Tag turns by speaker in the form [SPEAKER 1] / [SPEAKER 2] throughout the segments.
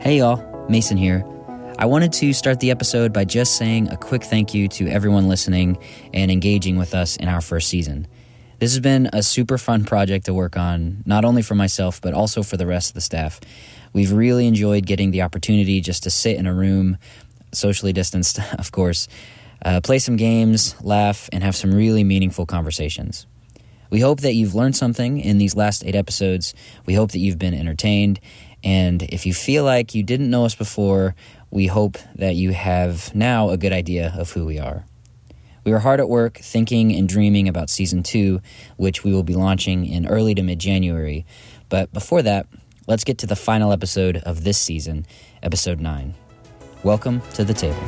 [SPEAKER 1] Hey y'all, Mason here. I wanted to start the episode by just saying a quick thank you to everyone listening and engaging with us in our first season. This has been a super fun project to work on, not only for myself, but also for the rest of the staff. We've really enjoyed getting the opportunity just to sit in a room, socially distanced, of course, uh, play some games, laugh, and have some really meaningful conversations. We hope that you've learned something in these last eight episodes. We hope that you've been entertained. And if you feel like you didn't know us before, we hope that you have now a good idea of who we are. We are hard at work thinking and dreaming about season two, which we will be launching in early to mid January. But before that, let's get to the final episode of this season, episode nine. Welcome to the table.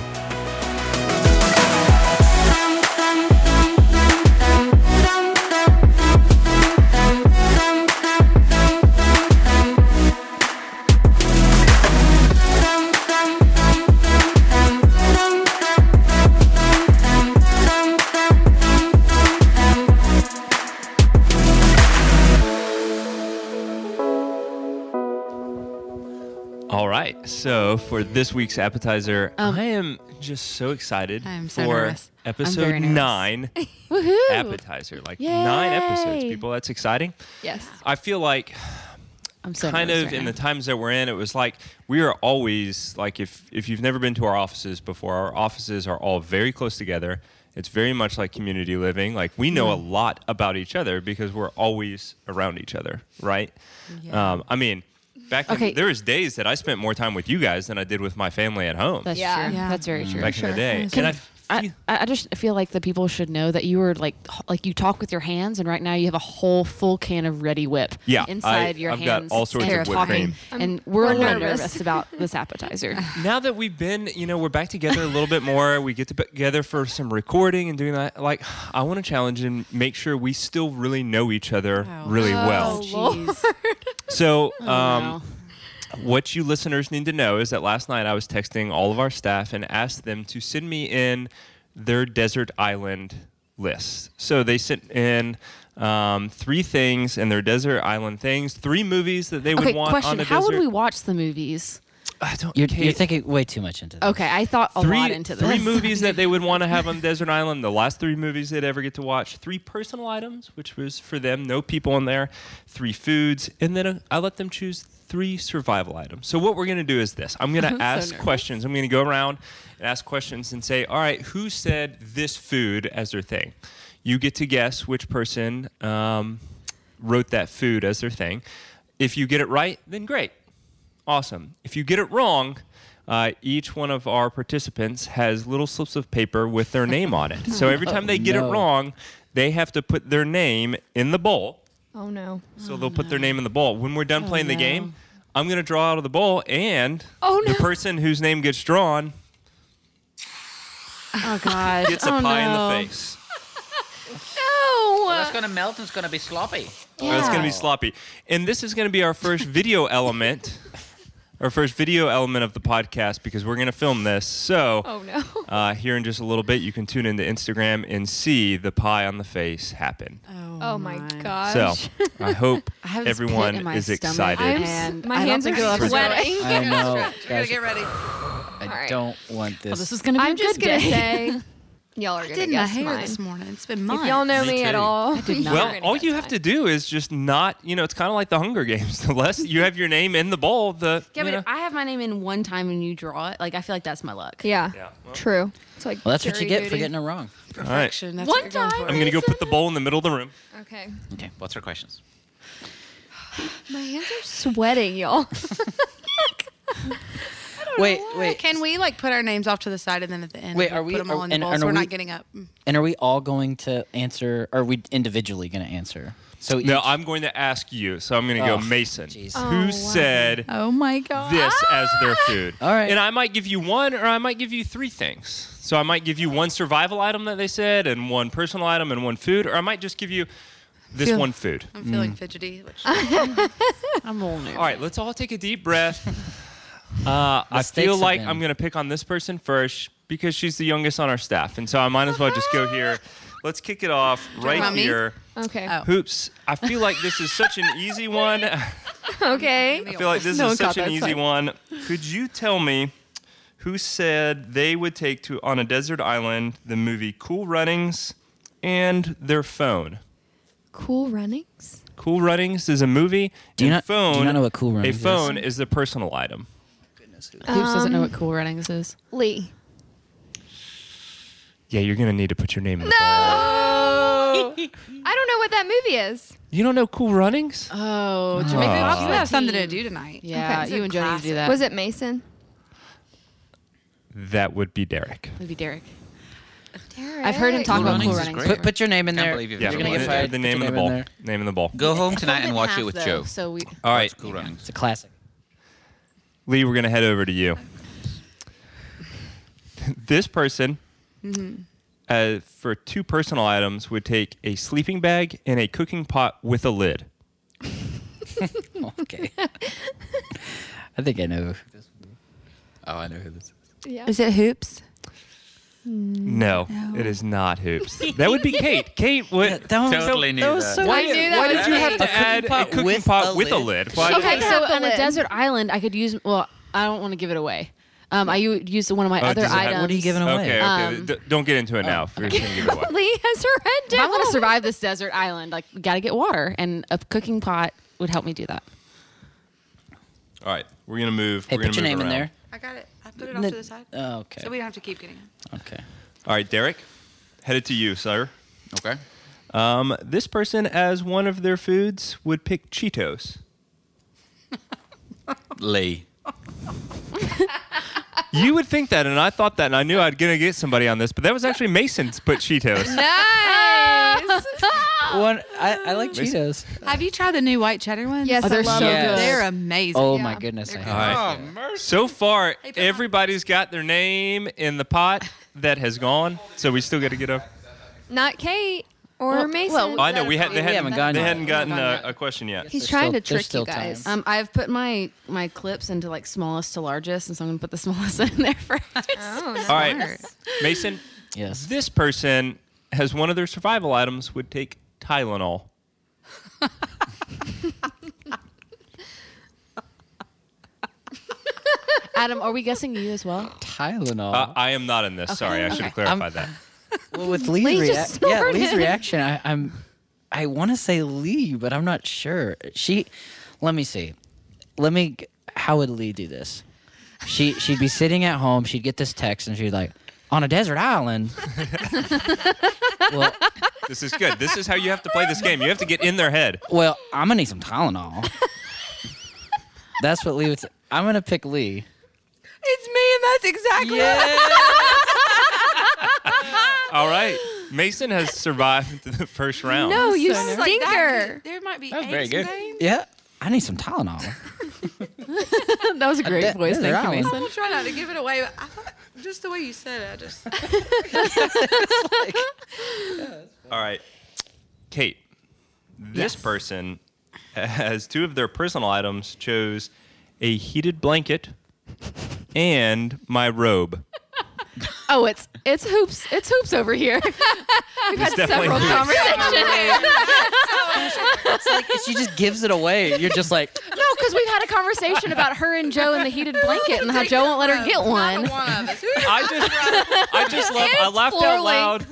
[SPEAKER 2] All right. So for this week's appetizer, I am just so excited
[SPEAKER 3] I'm Um, so
[SPEAKER 2] for
[SPEAKER 3] nervous. I'm
[SPEAKER 2] episode
[SPEAKER 3] very nervous.
[SPEAKER 2] nine
[SPEAKER 3] Woohoo!
[SPEAKER 2] appetizer. Like nine episodes,
[SPEAKER 3] Yay.
[SPEAKER 2] people. That's exciting.
[SPEAKER 3] Yes.
[SPEAKER 2] I feel like
[SPEAKER 3] I'm so
[SPEAKER 2] kind of
[SPEAKER 3] nervous right
[SPEAKER 2] in
[SPEAKER 3] now.
[SPEAKER 2] the times that we're in, it was like we are always like if if you've never been to our offices before, our offices are all very close together. It's very much like community living. Like we know a lot about each other because we're always around each other, right?
[SPEAKER 3] Yeah.
[SPEAKER 2] Um, I mean, back
[SPEAKER 4] Okay.
[SPEAKER 2] in, there was days that I spent more time with you guys than I did with my family at home
[SPEAKER 4] That's
[SPEAKER 3] Yeah.
[SPEAKER 4] true.
[SPEAKER 3] Yeah.
[SPEAKER 4] That's very true.
[SPEAKER 2] back in the day.
[SPEAKER 3] Can-
[SPEAKER 2] and I, feel,
[SPEAKER 4] I, I I just feel like the people should know that you were like h- like you talk with your hands, and right now you have a whole full can of Ready Whip
[SPEAKER 2] Yeah,
[SPEAKER 4] inside
[SPEAKER 2] I-
[SPEAKER 4] your
[SPEAKER 2] I've got
[SPEAKER 4] hands.
[SPEAKER 2] all sorts
[SPEAKER 4] and
[SPEAKER 3] of
[SPEAKER 4] you're
[SPEAKER 3] whipped
[SPEAKER 4] talking,
[SPEAKER 3] cream.
[SPEAKER 4] and we're a
[SPEAKER 3] I'm
[SPEAKER 4] little
[SPEAKER 3] nervous.
[SPEAKER 4] nervous. about this appetizer.
[SPEAKER 2] now that we've been, you know, we're back together a little bit more. We get to- together for some recording and doing that. Like, I want to challenge and make sure we still really know each other
[SPEAKER 4] Oh,
[SPEAKER 2] really
[SPEAKER 5] Oh,
[SPEAKER 2] well.
[SPEAKER 4] jeez.
[SPEAKER 2] So,
[SPEAKER 4] Wow.
[SPEAKER 2] um, what you listeners need to know is that last night I was texting all of our staff and asked them to send me in their desert island list. So they sent in um, three things and their desert island things, three movies that they would
[SPEAKER 4] okay,
[SPEAKER 2] want on
[SPEAKER 4] question:
[SPEAKER 2] a
[SPEAKER 4] How
[SPEAKER 2] desert.
[SPEAKER 4] would we watch the movies?
[SPEAKER 2] I don't,
[SPEAKER 1] You're,
[SPEAKER 2] Kate,
[SPEAKER 1] you're thinking way too much into this.
[SPEAKER 4] Okay, I thought a
[SPEAKER 2] three,
[SPEAKER 4] lot into this.
[SPEAKER 2] three movies that they would want to have on Desert Island, the last three movies they'd ever get to watch, three personal items, which was for them, no people in there, three foods, and then uh, I let them choose three survival items. So what we're going to do is this. I'm going to ask
[SPEAKER 4] nervous.
[SPEAKER 2] questions. I'm going to go around and ask questions and say, "All right, who said this food as their thing?" You get to guess which person um, wrote that food as their thing. If you get it right, then great. Awesome. If you get it wrong, uh, each one of our participants has little slips of paper with their name on it. So every time they get
[SPEAKER 1] no.
[SPEAKER 2] it wrong, they have to put their name in the bowl.
[SPEAKER 5] Oh no.
[SPEAKER 2] So they'll put their name in the bowl. When we're done playing the game, I'm going to draw out of the bowl, and
[SPEAKER 3] Oh, no.
[SPEAKER 2] the person whose name gets drawn
[SPEAKER 4] Oh God!
[SPEAKER 2] gets a
[SPEAKER 4] oh,
[SPEAKER 2] pie
[SPEAKER 4] no.
[SPEAKER 2] in the face.
[SPEAKER 3] No.
[SPEAKER 6] That's gonna melt and it's gonna be sloppy.
[SPEAKER 2] That's going to
[SPEAKER 4] Yeah.
[SPEAKER 2] be sloppy. And this is going to be our first video element, our first video element of the podcast because we're going to film this. So
[SPEAKER 5] Oh no.
[SPEAKER 2] uh, here in just a little bit, you can tune into Instagram and see the pie on the face happen.
[SPEAKER 5] Oh my gosh.
[SPEAKER 2] so I hope
[SPEAKER 4] I have this pit in
[SPEAKER 2] everyone
[SPEAKER 4] my
[SPEAKER 2] is
[SPEAKER 4] stomach.
[SPEAKER 2] excited.
[SPEAKER 5] I'm s-
[SPEAKER 4] And
[SPEAKER 5] my
[SPEAKER 4] I don't
[SPEAKER 5] hands
[SPEAKER 4] think
[SPEAKER 5] are
[SPEAKER 4] I'll
[SPEAKER 5] sweating.
[SPEAKER 1] I know. guys,
[SPEAKER 6] ready.
[SPEAKER 1] I
[SPEAKER 5] right.
[SPEAKER 1] don't want this.
[SPEAKER 4] Oh, this is gonna be a
[SPEAKER 5] I'm just
[SPEAKER 4] good
[SPEAKER 5] gonna
[SPEAKER 4] day.
[SPEAKER 5] say y'all are gonna
[SPEAKER 3] Did my
[SPEAKER 5] guess
[SPEAKER 3] hair
[SPEAKER 5] mine.
[SPEAKER 3] this morning. It's been months.
[SPEAKER 5] If y'all know
[SPEAKER 2] Me
[SPEAKER 5] me, at
[SPEAKER 2] too.
[SPEAKER 5] all,
[SPEAKER 4] not.
[SPEAKER 5] you're
[SPEAKER 2] well,
[SPEAKER 5] gonna
[SPEAKER 2] all
[SPEAKER 5] guess
[SPEAKER 2] you have
[SPEAKER 5] mine.
[SPEAKER 2] to do is just not, you know, it's kind of like the Hunger Games. The less you have your name in the bowl, the. you
[SPEAKER 4] Yeah, but
[SPEAKER 2] know.
[SPEAKER 4] if I have my name in one time and you draw it, like I feel like that's my luck.
[SPEAKER 5] Yeah.
[SPEAKER 2] Yeah, well-
[SPEAKER 5] True. It's like
[SPEAKER 1] well, that's what you
[SPEAKER 5] jury
[SPEAKER 1] get for
[SPEAKER 5] duty.
[SPEAKER 1] getting it wrong.
[SPEAKER 2] all right.
[SPEAKER 4] Action, that's
[SPEAKER 3] One
[SPEAKER 4] what you're going
[SPEAKER 3] time?
[SPEAKER 4] for.
[SPEAKER 2] I'm going to go put the bowl in the middle of the room.
[SPEAKER 5] Okay.
[SPEAKER 6] Okay, what's our questions?
[SPEAKER 5] My hands are sweating, y'all.
[SPEAKER 1] Wait, wait.
[SPEAKER 3] Can we like put our names off to the side and then at the end?
[SPEAKER 1] Wait,
[SPEAKER 3] we'll
[SPEAKER 1] are we-
[SPEAKER 3] Put them all in
[SPEAKER 1] and-
[SPEAKER 3] the bowl,
[SPEAKER 1] and
[SPEAKER 3] so
[SPEAKER 1] are
[SPEAKER 3] we're
[SPEAKER 1] we-
[SPEAKER 3] not getting up.
[SPEAKER 1] And are we all going to answer? Are we individually going to answer? So
[SPEAKER 2] No,
[SPEAKER 1] each-
[SPEAKER 2] I'm going to ask you. So I'm going to
[SPEAKER 1] Oh,
[SPEAKER 2] go Mason.
[SPEAKER 1] jeez.
[SPEAKER 2] Who
[SPEAKER 1] Oh,
[SPEAKER 2] said
[SPEAKER 5] oh my god.
[SPEAKER 2] this as their food?
[SPEAKER 1] All right.
[SPEAKER 2] And I might give you one or I might give you three things. So I might give you one survival item that they said and one personal item and one food, or I might just give you this
[SPEAKER 4] Feel-
[SPEAKER 2] one food.
[SPEAKER 3] I'm feeling fidgety. Which,
[SPEAKER 4] I'm all nervous.
[SPEAKER 2] All right, let's all take a deep breath. Uh, I
[SPEAKER 1] stakes
[SPEAKER 2] feel
[SPEAKER 1] have
[SPEAKER 2] like
[SPEAKER 1] been-
[SPEAKER 2] I'm going to pick on this person first because she's the youngest on our staff. And so I might as well just go here. Let's kick it off right
[SPEAKER 3] want me?
[SPEAKER 2] here.
[SPEAKER 5] Okay.
[SPEAKER 3] Oh.
[SPEAKER 2] Hoops, I feel like this is such an easy one.
[SPEAKER 5] okay.
[SPEAKER 2] I feel like this
[SPEAKER 4] No
[SPEAKER 2] is
[SPEAKER 4] one caught
[SPEAKER 2] such an
[SPEAKER 4] that,
[SPEAKER 2] easy
[SPEAKER 4] sorry.
[SPEAKER 2] one. Could you tell me who said they would take to on a desert island the movie Cool Runnings and their phone?
[SPEAKER 5] Cool runnings.
[SPEAKER 2] Cool Runnings is a movie.
[SPEAKER 1] Do you
[SPEAKER 2] and
[SPEAKER 1] not- do you
[SPEAKER 2] phone,
[SPEAKER 1] not know what Cool Runnings
[SPEAKER 2] A
[SPEAKER 1] is?
[SPEAKER 2] phone is the personal item.
[SPEAKER 4] Hoops doesn't know what cool runnings is.
[SPEAKER 5] Lee.
[SPEAKER 2] Yeah, you're gonna need to put your name in. No.
[SPEAKER 5] Oh. I don't know what that movie is.
[SPEAKER 2] You don't know Cool Runnings?
[SPEAKER 4] Oh,
[SPEAKER 2] Jamaica
[SPEAKER 4] Jamaica.
[SPEAKER 2] Bob's
[SPEAKER 3] You have something to do tonight.
[SPEAKER 4] Yeah,
[SPEAKER 5] Okay.
[SPEAKER 4] you and Jody need to do that.
[SPEAKER 5] Was it Mason?
[SPEAKER 2] That would be Derek.
[SPEAKER 4] It'd be Derek. I've heard him talk about
[SPEAKER 1] Runnings
[SPEAKER 4] cool
[SPEAKER 1] is
[SPEAKER 4] runnings.
[SPEAKER 6] great.
[SPEAKER 1] Put, put your name in
[SPEAKER 6] Can't
[SPEAKER 1] there.
[SPEAKER 6] believe you've
[SPEAKER 2] Yeah,
[SPEAKER 6] You're
[SPEAKER 1] You're
[SPEAKER 6] never
[SPEAKER 1] gonna get
[SPEAKER 6] gonna get
[SPEAKER 1] fired.
[SPEAKER 2] the
[SPEAKER 1] Put
[SPEAKER 2] name
[SPEAKER 1] your
[SPEAKER 2] of the
[SPEAKER 1] in
[SPEAKER 2] ball.
[SPEAKER 1] there.
[SPEAKER 2] Name of the ball.
[SPEAKER 6] Go home tonight
[SPEAKER 3] in
[SPEAKER 6] and watch
[SPEAKER 3] half,
[SPEAKER 6] it with
[SPEAKER 3] though,
[SPEAKER 6] Joe.
[SPEAKER 4] So we
[SPEAKER 2] All right,
[SPEAKER 6] Cool runnings.
[SPEAKER 1] It's a classic.
[SPEAKER 2] Lee, we're gonna head over to you. this person, uh, for two personal items, would take a sleeping bag and a cooking pot with a lid.
[SPEAKER 1] Oh, okay. I think I know. who this would be. Oh, I know who this is.
[SPEAKER 5] Yeah.
[SPEAKER 3] Is it hoops?
[SPEAKER 2] No, it is not hoops. that would be Kate. Kate would.
[SPEAKER 1] That one
[SPEAKER 6] Totally
[SPEAKER 1] was,
[SPEAKER 6] knew
[SPEAKER 1] so, that was
[SPEAKER 6] that.
[SPEAKER 1] so
[SPEAKER 5] I
[SPEAKER 1] good.
[SPEAKER 5] knew that
[SPEAKER 2] Why
[SPEAKER 5] was
[SPEAKER 2] did you
[SPEAKER 5] Kate.
[SPEAKER 2] have
[SPEAKER 1] A
[SPEAKER 2] to
[SPEAKER 1] cooking
[SPEAKER 2] add a
[SPEAKER 1] pot
[SPEAKER 2] cooking
[SPEAKER 1] with
[SPEAKER 2] pot
[SPEAKER 1] a
[SPEAKER 2] with a
[SPEAKER 1] lid?
[SPEAKER 2] lid? Why did-
[SPEAKER 4] Okay,
[SPEAKER 5] Doesn't have
[SPEAKER 4] so
[SPEAKER 5] the
[SPEAKER 4] on a
[SPEAKER 5] lid.
[SPEAKER 4] desert island, I could use. Well, I don't want to give it away. Um, I u- used one of my
[SPEAKER 2] Oh,
[SPEAKER 4] other
[SPEAKER 2] does it have-
[SPEAKER 4] items.
[SPEAKER 1] What are you giving away?
[SPEAKER 2] Okay, okay.
[SPEAKER 4] Um,
[SPEAKER 2] D- don't get into it now. We're just gonna give it away.
[SPEAKER 5] Lee has her head
[SPEAKER 4] If
[SPEAKER 5] down.
[SPEAKER 4] I want to survive this desert island, like got to get water, and a cooking pot would help me do that.
[SPEAKER 2] All right, we're gonna move.
[SPEAKER 1] Hey,
[SPEAKER 2] we're gonna
[SPEAKER 1] put your
[SPEAKER 2] move
[SPEAKER 1] name in
[SPEAKER 2] around.
[SPEAKER 1] there.
[SPEAKER 3] I got it. I put it off to the side.
[SPEAKER 1] Oh, okay.
[SPEAKER 3] So we don't have to keep getting it.
[SPEAKER 1] okay.
[SPEAKER 2] All right, Derek, headed to you, sir.
[SPEAKER 6] Okay.
[SPEAKER 2] Um, this person, as one of their foods, would pick Cheetos.
[SPEAKER 6] Lee.
[SPEAKER 2] You would think that, and I thought that, and I knew I'd gonna get somebody on this, but that was actually Mason's put Cheetos.
[SPEAKER 5] Nice.
[SPEAKER 1] One, I, I like Cheetos.
[SPEAKER 3] Have you tried the new white cheddar ones?
[SPEAKER 5] yes,
[SPEAKER 4] Oh,
[SPEAKER 5] I
[SPEAKER 4] they're
[SPEAKER 5] love
[SPEAKER 4] so
[SPEAKER 5] it.
[SPEAKER 4] good.
[SPEAKER 3] They're amazing.
[SPEAKER 1] Oh
[SPEAKER 5] Yeah.
[SPEAKER 1] my goodness! I
[SPEAKER 3] They're
[SPEAKER 1] hate
[SPEAKER 3] good.
[SPEAKER 1] them.
[SPEAKER 2] right. So far,
[SPEAKER 3] Hey, put mine-
[SPEAKER 2] everybody's got their name in the pot that has gone, so we still got to get up.
[SPEAKER 5] Not Kate or
[SPEAKER 4] Well,
[SPEAKER 5] Mason.
[SPEAKER 4] well,
[SPEAKER 2] I know we, had, they
[SPEAKER 1] We
[SPEAKER 2] hadn't,
[SPEAKER 1] haven't gotten
[SPEAKER 2] they
[SPEAKER 1] yet.
[SPEAKER 2] hadn't gotten
[SPEAKER 4] We haven't
[SPEAKER 2] a,
[SPEAKER 4] gotten
[SPEAKER 2] a question yet.
[SPEAKER 5] He's
[SPEAKER 1] There's
[SPEAKER 5] trying
[SPEAKER 1] still-
[SPEAKER 5] to trick
[SPEAKER 1] there's still
[SPEAKER 5] you guys.
[SPEAKER 1] time.
[SPEAKER 4] Um, I've put my my clips into like smallest to largest, and so I'm gonna put the smallest in there first. Uh-huh.
[SPEAKER 5] Oh, nice.
[SPEAKER 2] All right, Mason.
[SPEAKER 1] Yes.
[SPEAKER 2] This person, as one of their survival items, would take Tylenol.
[SPEAKER 4] Adam, are we guessing you as well?
[SPEAKER 1] Tylenol.
[SPEAKER 2] Uh, I am not in this. Sorry, I should have clarified that.
[SPEAKER 1] well, with Lee's,
[SPEAKER 5] Lee
[SPEAKER 1] rea-
[SPEAKER 5] just
[SPEAKER 1] yeah,
[SPEAKER 5] snorted.
[SPEAKER 1] Lee's reaction, I, I'm, I want to say Lee, but I'm not sure. She, let me see, let me. g- How would Lee do this? She she'd be sitting at home. She'd get this text, and she'd be like, on a desert island. well,
[SPEAKER 2] This is good. This is how you have to play this game. You have to get in their head.
[SPEAKER 1] well, I'm gonna need some Tylenol. That's what Lee would say. I'm gonna pick Lee.
[SPEAKER 3] It's me, and that's exactly
[SPEAKER 2] All right. Mason has survived the first round.
[SPEAKER 5] No, you
[SPEAKER 4] So nervous.
[SPEAKER 5] stinker.
[SPEAKER 3] There might be.
[SPEAKER 6] That was very
[SPEAKER 3] eggs
[SPEAKER 6] good.
[SPEAKER 3] today.
[SPEAKER 1] Yeah. I need some Tylenol.
[SPEAKER 4] that was a great
[SPEAKER 1] de-
[SPEAKER 4] voice.
[SPEAKER 1] desert
[SPEAKER 4] Thank you,
[SPEAKER 1] island.
[SPEAKER 4] Mason.
[SPEAKER 3] I'm trying not to give it away, but I thought just the way you said it, I just.
[SPEAKER 2] All right. Kate, this person, as two of their personal items, chose a heated blanket and my robe.
[SPEAKER 4] Oh, it's it's hoops. It's hoops over here. We've had
[SPEAKER 2] definitely
[SPEAKER 4] several
[SPEAKER 2] hoops.
[SPEAKER 4] conversations.
[SPEAKER 1] It's like she just gives it away. You're just like,
[SPEAKER 4] no, because we've had a conversation about her and Joe and the heated blanket, and how Joe won't let her get one.
[SPEAKER 2] I just, I just love. I laughed out loud.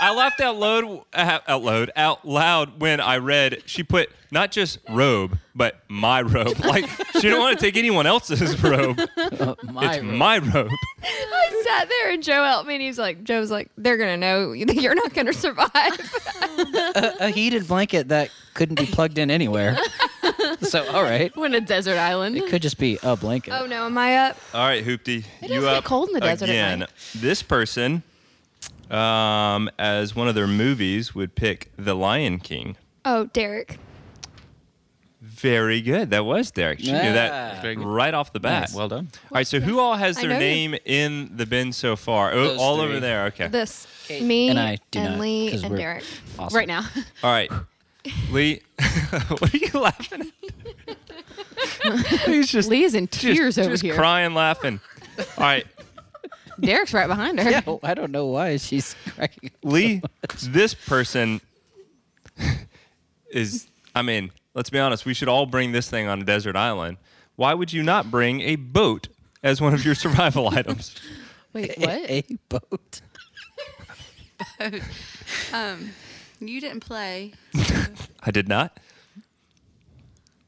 [SPEAKER 2] I laughed out loud, uh, out loud, out loud when I read she put not just robe, but my robe. Like she didn't want to take anyone else's robe.
[SPEAKER 1] oh, my.
[SPEAKER 2] It's my robe.
[SPEAKER 5] I sat there and Joe helped me, and he's like, Joe's like, they're gonna know that you're not gonna survive.
[SPEAKER 1] a heated blanket that couldn't be plugged in anywhere. so, all right.
[SPEAKER 4] We're in a desert island.
[SPEAKER 1] It could just be a blanket.
[SPEAKER 5] oh no, am I up?
[SPEAKER 2] All right, Hoopty,
[SPEAKER 4] does
[SPEAKER 2] you
[SPEAKER 4] get
[SPEAKER 2] up
[SPEAKER 4] cold in the desert at
[SPEAKER 2] again.
[SPEAKER 4] night.
[SPEAKER 2] This person, um, as one of their movies, would pick The Lion King.
[SPEAKER 5] Oh, Derek.
[SPEAKER 2] Very good. That was Derek. She knew
[SPEAKER 1] Yeah.
[SPEAKER 2] that
[SPEAKER 6] Very good.
[SPEAKER 2] right off the bat.
[SPEAKER 6] Well done.
[SPEAKER 2] All right, so who all has
[SPEAKER 5] I
[SPEAKER 2] their
[SPEAKER 5] know you.
[SPEAKER 2] name in the bin so far? Oh,
[SPEAKER 1] Those
[SPEAKER 2] all
[SPEAKER 1] three.
[SPEAKER 2] over there. Okay.
[SPEAKER 5] This me
[SPEAKER 1] and I do
[SPEAKER 5] and
[SPEAKER 1] not.
[SPEAKER 5] Lee
[SPEAKER 1] 'cause
[SPEAKER 5] and
[SPEAKER 1] we're
[SPEAKER 5] Derek.
[SPEAKER 1] awesome.
[SPEAKER 4] Right now,
[SPEAKER 2] all right. Lee, what are you laughing at? He's just,
[SPEAKER 4] Lee is in
[SPEAKER 2] just,
[SPEAKER 4] tears over
[SPEAKER 2] just
[SPEAKER 4] here.
[SPEAKER 2] crying, laughing. All right,
[SPEAKER 4] Derek's right behind her.
[SPEAKER 1] Yeah, well, Oh, I don't know why she's cracking.
[SPEAKER 2] Lee, this person is, I mean, Let's be honest. We should all bring this thing on a desert island. Why would you not bring a boat as one of your survival items?
[SPEAKER 4] Wait, what?
[SPEAKER 1] A boat.
[SPEAKER 3] You didn't play
[SPEAKER 2] I did not.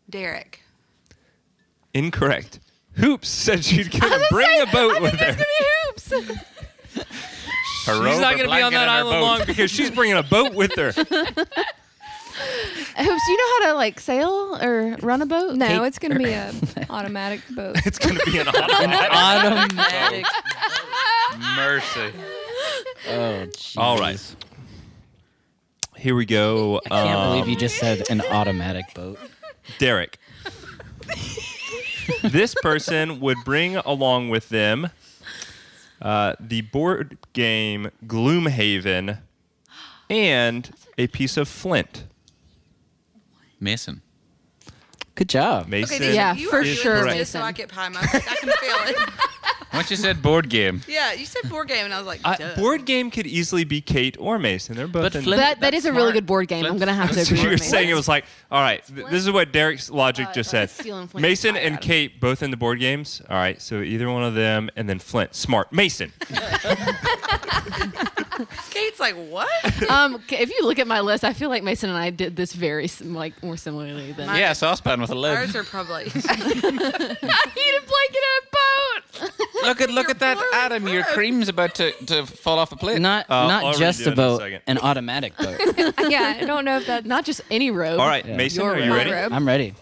[SPEAKER 3] Derek.
[SPEAKER 2] Incorrect. Hoops said she'd gonna bring a boat with her.
[SPEAKER 5] Hoops.
[SPEAKER 2] Her robe,
[SPEAKER 6] not
[SPEAKER 2] her
[SPEAKER 6] gonna be on
[SPEAKER 2] blanket, and
[SPEAKER 6] that
[SPEAKER 2] her
[SPEAKER 6] island
[SPEAKER 2] boat,
[SPEAKER 6] long.
[SPEAKER 2] because she's bringing a boat with her.
[SPEAKER 4] Hoops, you know how to like sail or run a boat?
[SPEAKER 5] No, it's gonna be a automatic boat.
[SPEAKER 2] It's gonna be an automatic.
[SPEAKER 1] Autumn.
[SPEAKER 6] Mercy.
[SPEAKER 1] Oh,
[SPEAKER 2] All right. Here we go.
[SPEAKER 1] I can't
[SPEAKER 2] Um,
[SPEAKER 1] believe you just said an automatic boat.
[SPEAKER 2] Derek. this person would bring along with them uh, the board game Gloomhaven and a piece of flint.
[SPEAKER 6] Mason.
[SPEAKER 1] Good job.
[SPEAKER 2] Mason.
[SPEAKER 3] David,
[SPEAKER 4] Yeah,
[SPEAKER 3] you
[SPEAKER 4] for
[SPEAKER 3] are doing
[SPEAKER 4] sure,
[SPEAKER 3] this Just so
[SPEAKER 4] Mason.
[SPEAKER 3] I get pie in my face. I can feel it.
[SPEAKER 6] Once you said board game.
[SPEAKER 3] Yeah, you said board game, and I was like,
[SPEAKER 2] Uh,
[SPEAKER 3] Duh.
[SPEAKER 2] board game could easily be Kate or Mason. They're both
[SPEAKER 6] But
[SPEAKER 2] in-
[SPEAKER 6] flint-
[SPEAKER 4] That, that is
[SPEAKER 6] That's
[SPEAKER 4] a really
[SPEAKER 6] smart.
[SPEAKER 4] good board game. I'm gonna have to
[SPEAKER 2] So
[SPEAKER 4] agree.
[SPEAKER 2] you were
[SPEAKER 4] with
[SPEAKER 2] saying it was like, all right, th- this is what Derek's logic
[SPEAKER 4] Uh,
[SPEAKER 2] just
[SPEAKER 4] like
[SPEAKER 2] said.
[SPEAKER 4] stealing Flint's
[SPEAKER 2] Mason
[SPEAKER 4] fire
[SPEAKER 2] and
[SPEAKER 4] out of-
[SPEAKER 2] Kate both in the board games. All right, so either one of them, and then Flint. Smart. Mason.
[SPEAKER 3] Kate's like, what?
[SPEAKER 4] Um, c- if you look at my list, I feel like Mason and I did this very sim- like more similarly than.
[SPEAKER 6] Yeah, saucepan with a lid.
[SPEAKER 3] Ours are probably.
[SPEAKER 4] I need a blanket and a boat.
[SPEAKER 6] Look at look at that,
[SPEAKER 3] You're
[SPEAKER 6] Adam. Your cream's about to, to fall off a plate.
[SPEAKER 1] Not
[SPEAKER 2] Uh, I'll
[SPEAKER 1] not
[SPEAKER 2] redo
[SPEAKER 1] just
[SPEAKER 2] it in
[SPEAKER 1] a
[SPEAKER 2] a
[SPEAKER 1] boat,
[SPEAKER 2] second.
[SPEAKER 1] an automatic boat.
[SPEAKER 5] yeah, I don't know if that's
[SPEAKER 4] Not just any robe.
[SPEAKER 2] All right,
[SPEAKER 1] Yeah.
[SPEAKER 2] Mason,
[SPEAKER 4] Your
[SPEAKER 2] are you
[SPEAKER 4] robe.
[SPEAKER 5] my
[SPEAKER 2] ready?
[SPEAKER 5] robe.
[SPEAKER 1] I'm ready.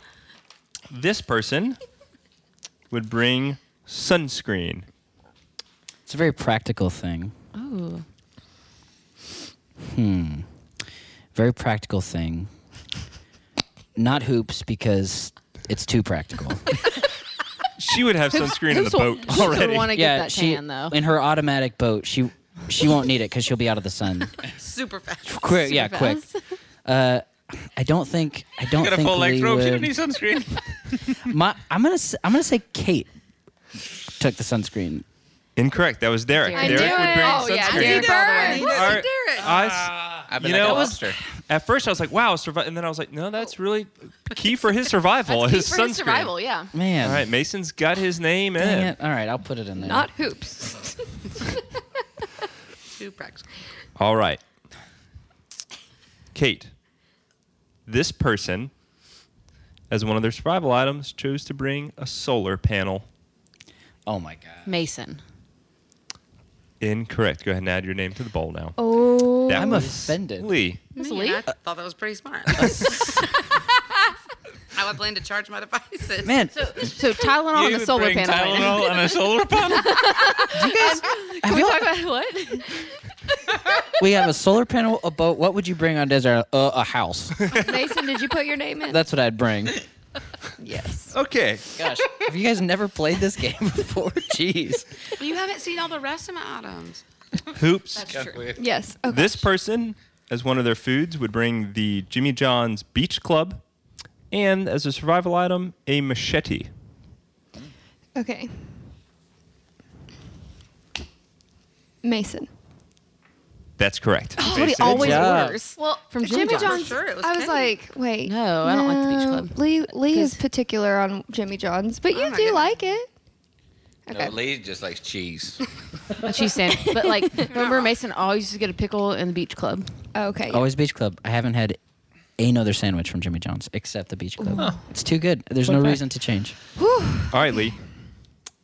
[SPEAKER 2] This person would bring sunscreen.
[SPEAKER 1] It's a very practical thing.
[SPEAKER 4] Oh,
[SPEAKER 1] Hmm. Very practical thing. Not hoops because it's too practical.
[SPEAKER 2] She would have sunscreen in the boat already.
[SPEAKER 4] want to get that
[SPEAKER 1] she
[SPEAKER 4] tan though.
[SPEAKER 1] in her automatic boat, she she won't need it because she'll be out of the sun.
[SPEAKER 3] super fast.
[SPEAKER 1] Quick, yeah, quick. Uh, I don't think I don't
[SPEAKER 6] Got a
[SPEAKER 1] think
[SPEAKER 6] full
[SPEAKER 1] Lee
[SPEAKER 6] length robe. She
[SPEAKER 1] would-
[SPEAKER 6] don't need sunscreen.
[SPEAKER 1] My, I'm gonna s- I'm gonna say Kate took the sunscreen.
[SPEAKER 2] Incorrect. That was Derek.
[SPEAKER 5] I
[SPEAKER 2] Derek
[SPEAKER 5] knew
[SPEAKER 2] would
[SPEAKER 5] it.
[SPEAKER 2] bring
[SPEAKER 5] Oh,
[SPEAKER 2] sunscreen.
[SPEAKER 4] yeah,
[SPEAKER 3] Derek.
[SPEAKER 5] Derek.
[SPEAKER 3] I knew it
[SPEAKER 2] All
[SPEAKER 3] was
[SPEAKER 2] right.
[SPEAKER 3] Derek.
[SPEAKER 2] I s-
[SPEAKER 6] I've been
[SPEAKER 2] You
[SPEAKER 6] like
[SPEAKER 2] know-
[SPEAKER 6] a lobster.
[SPEAKER 2] at first, I was like, "Wow, survi-, and then I was like, "No, that's really key for his survival.
[SPEAKER 4] Key
[SPEAKER 2] his
[SPEAKER 4] for
[SPEAKER 2] sunscreen."
[SPEAKER 4] his survival, yeah.
[SPEAKER 1] Man,
[SPEAKER 2] All right, Mason's got his name in.
[SPEAKER 1] Dang it. All right, I'll put it in there.
[SPEAKER 5] not hoops.
[SPEAKER 3] Too practical.
[SPEAKER 2] All right. Kate, this person, as one of their survival items, chose to bring a solar panel.
[SPEAKER 1] oh my god.
[SPEAKER 4] Mason.
[SPEAKER 2] Incorrect. Go ahead and add your name to the bowl now.
[SPEAKER 5] Oh,
[SPEAKER 2] That
[SPEAKER 1] I'm
[SPEAKER 2] was
[SPEAKER 1] offended.
[SPEAKER 2] Lee.
[SPEAKER 4] That's
[SPEAKER 3] Man,
[SPEAKER 4] elite.
[SPEAKER 3] I thought that was pretty smart. How I plan to charge my devices.
[SPEAKER 1] Man,
[SPEAKER 4] So Tylenol and a solar
[SPEAKER 6] bring
[SPEAKER 4] panel.
[SPEAKER 6] Tylenol and a solar panel.
[SPEAKER 4] Can we talk about what?
[SPEAKER 1] we have a solar panel, a boat. What would you bring on desert? Uh, a house.
[SPEAKER 5] Mason, did you put your name in?
[SPEAKER 1] That's what I'd bring.
[SPEAKER 5] yes.
[SPEAKER 2] Okay.
[SPEAKER 1] Gosh, have you guys never played this game before? Jeez.
[SPEAKER 3] you haven't seen all the rest of my items.
[SPEAKER 2] Hoops.
[SPEAKER 5] Yes. Okay.
[SPEAKER 2] This person, as one of their foods, would bring the Jimmy John's Beach Club and, as a survival item, a machete.
[SPEAKER 5] Okay. Mason.
[SPEAKER 2] That's correct.
[SPEAKER 4] That's what he
[SPEAKER 2] Mason.
[SPEAKER 4] always
[SPEAKER 1] job.
[SPEAKER 4] orders. Well, from Jimmy,
[SPEAKER 5] Jimmy,
[SPEAKER 4] John's.
[SPEAKER 5] John's.
[SPEAKER 3] Sure, it was
[SPEAKER 5] I was
[SPEAKER 3] Kenny.
[SPEAKER 5] like, wait.
[SPEAKER 4] No, I don't like the Beach
[SPEAKER 5] no.
[SPEAKER 4] Club.
[SPEAKER 5] Lee, Lee is
[SPEAKER 4] 'Cause- Oh
[SPEAKER 5] particular on Jimmy John's, but you
[SPEAKER 3] my
[SPEAKER 5] do
[SPEAKER 3] goodness.
[SPEAKER 5] like it. Okay.
[SPEAKER 6] No, Uh, Lee just likes cheese.
[SPEAKER 4] A cheese sandwich. But like, remember Mason always used to get a pickle in the beach club.
[SPEAKER 5] okay. yeah.
[SPEAKER 1] Always Beach Club. I haven't had another sandwich from Jimmy John's except the Beach Club. It's too good. There's no
[SPEAKER 5] What about-
[SPEAKER 1] reason to change.
[SPEAKER 2] All right, Lee.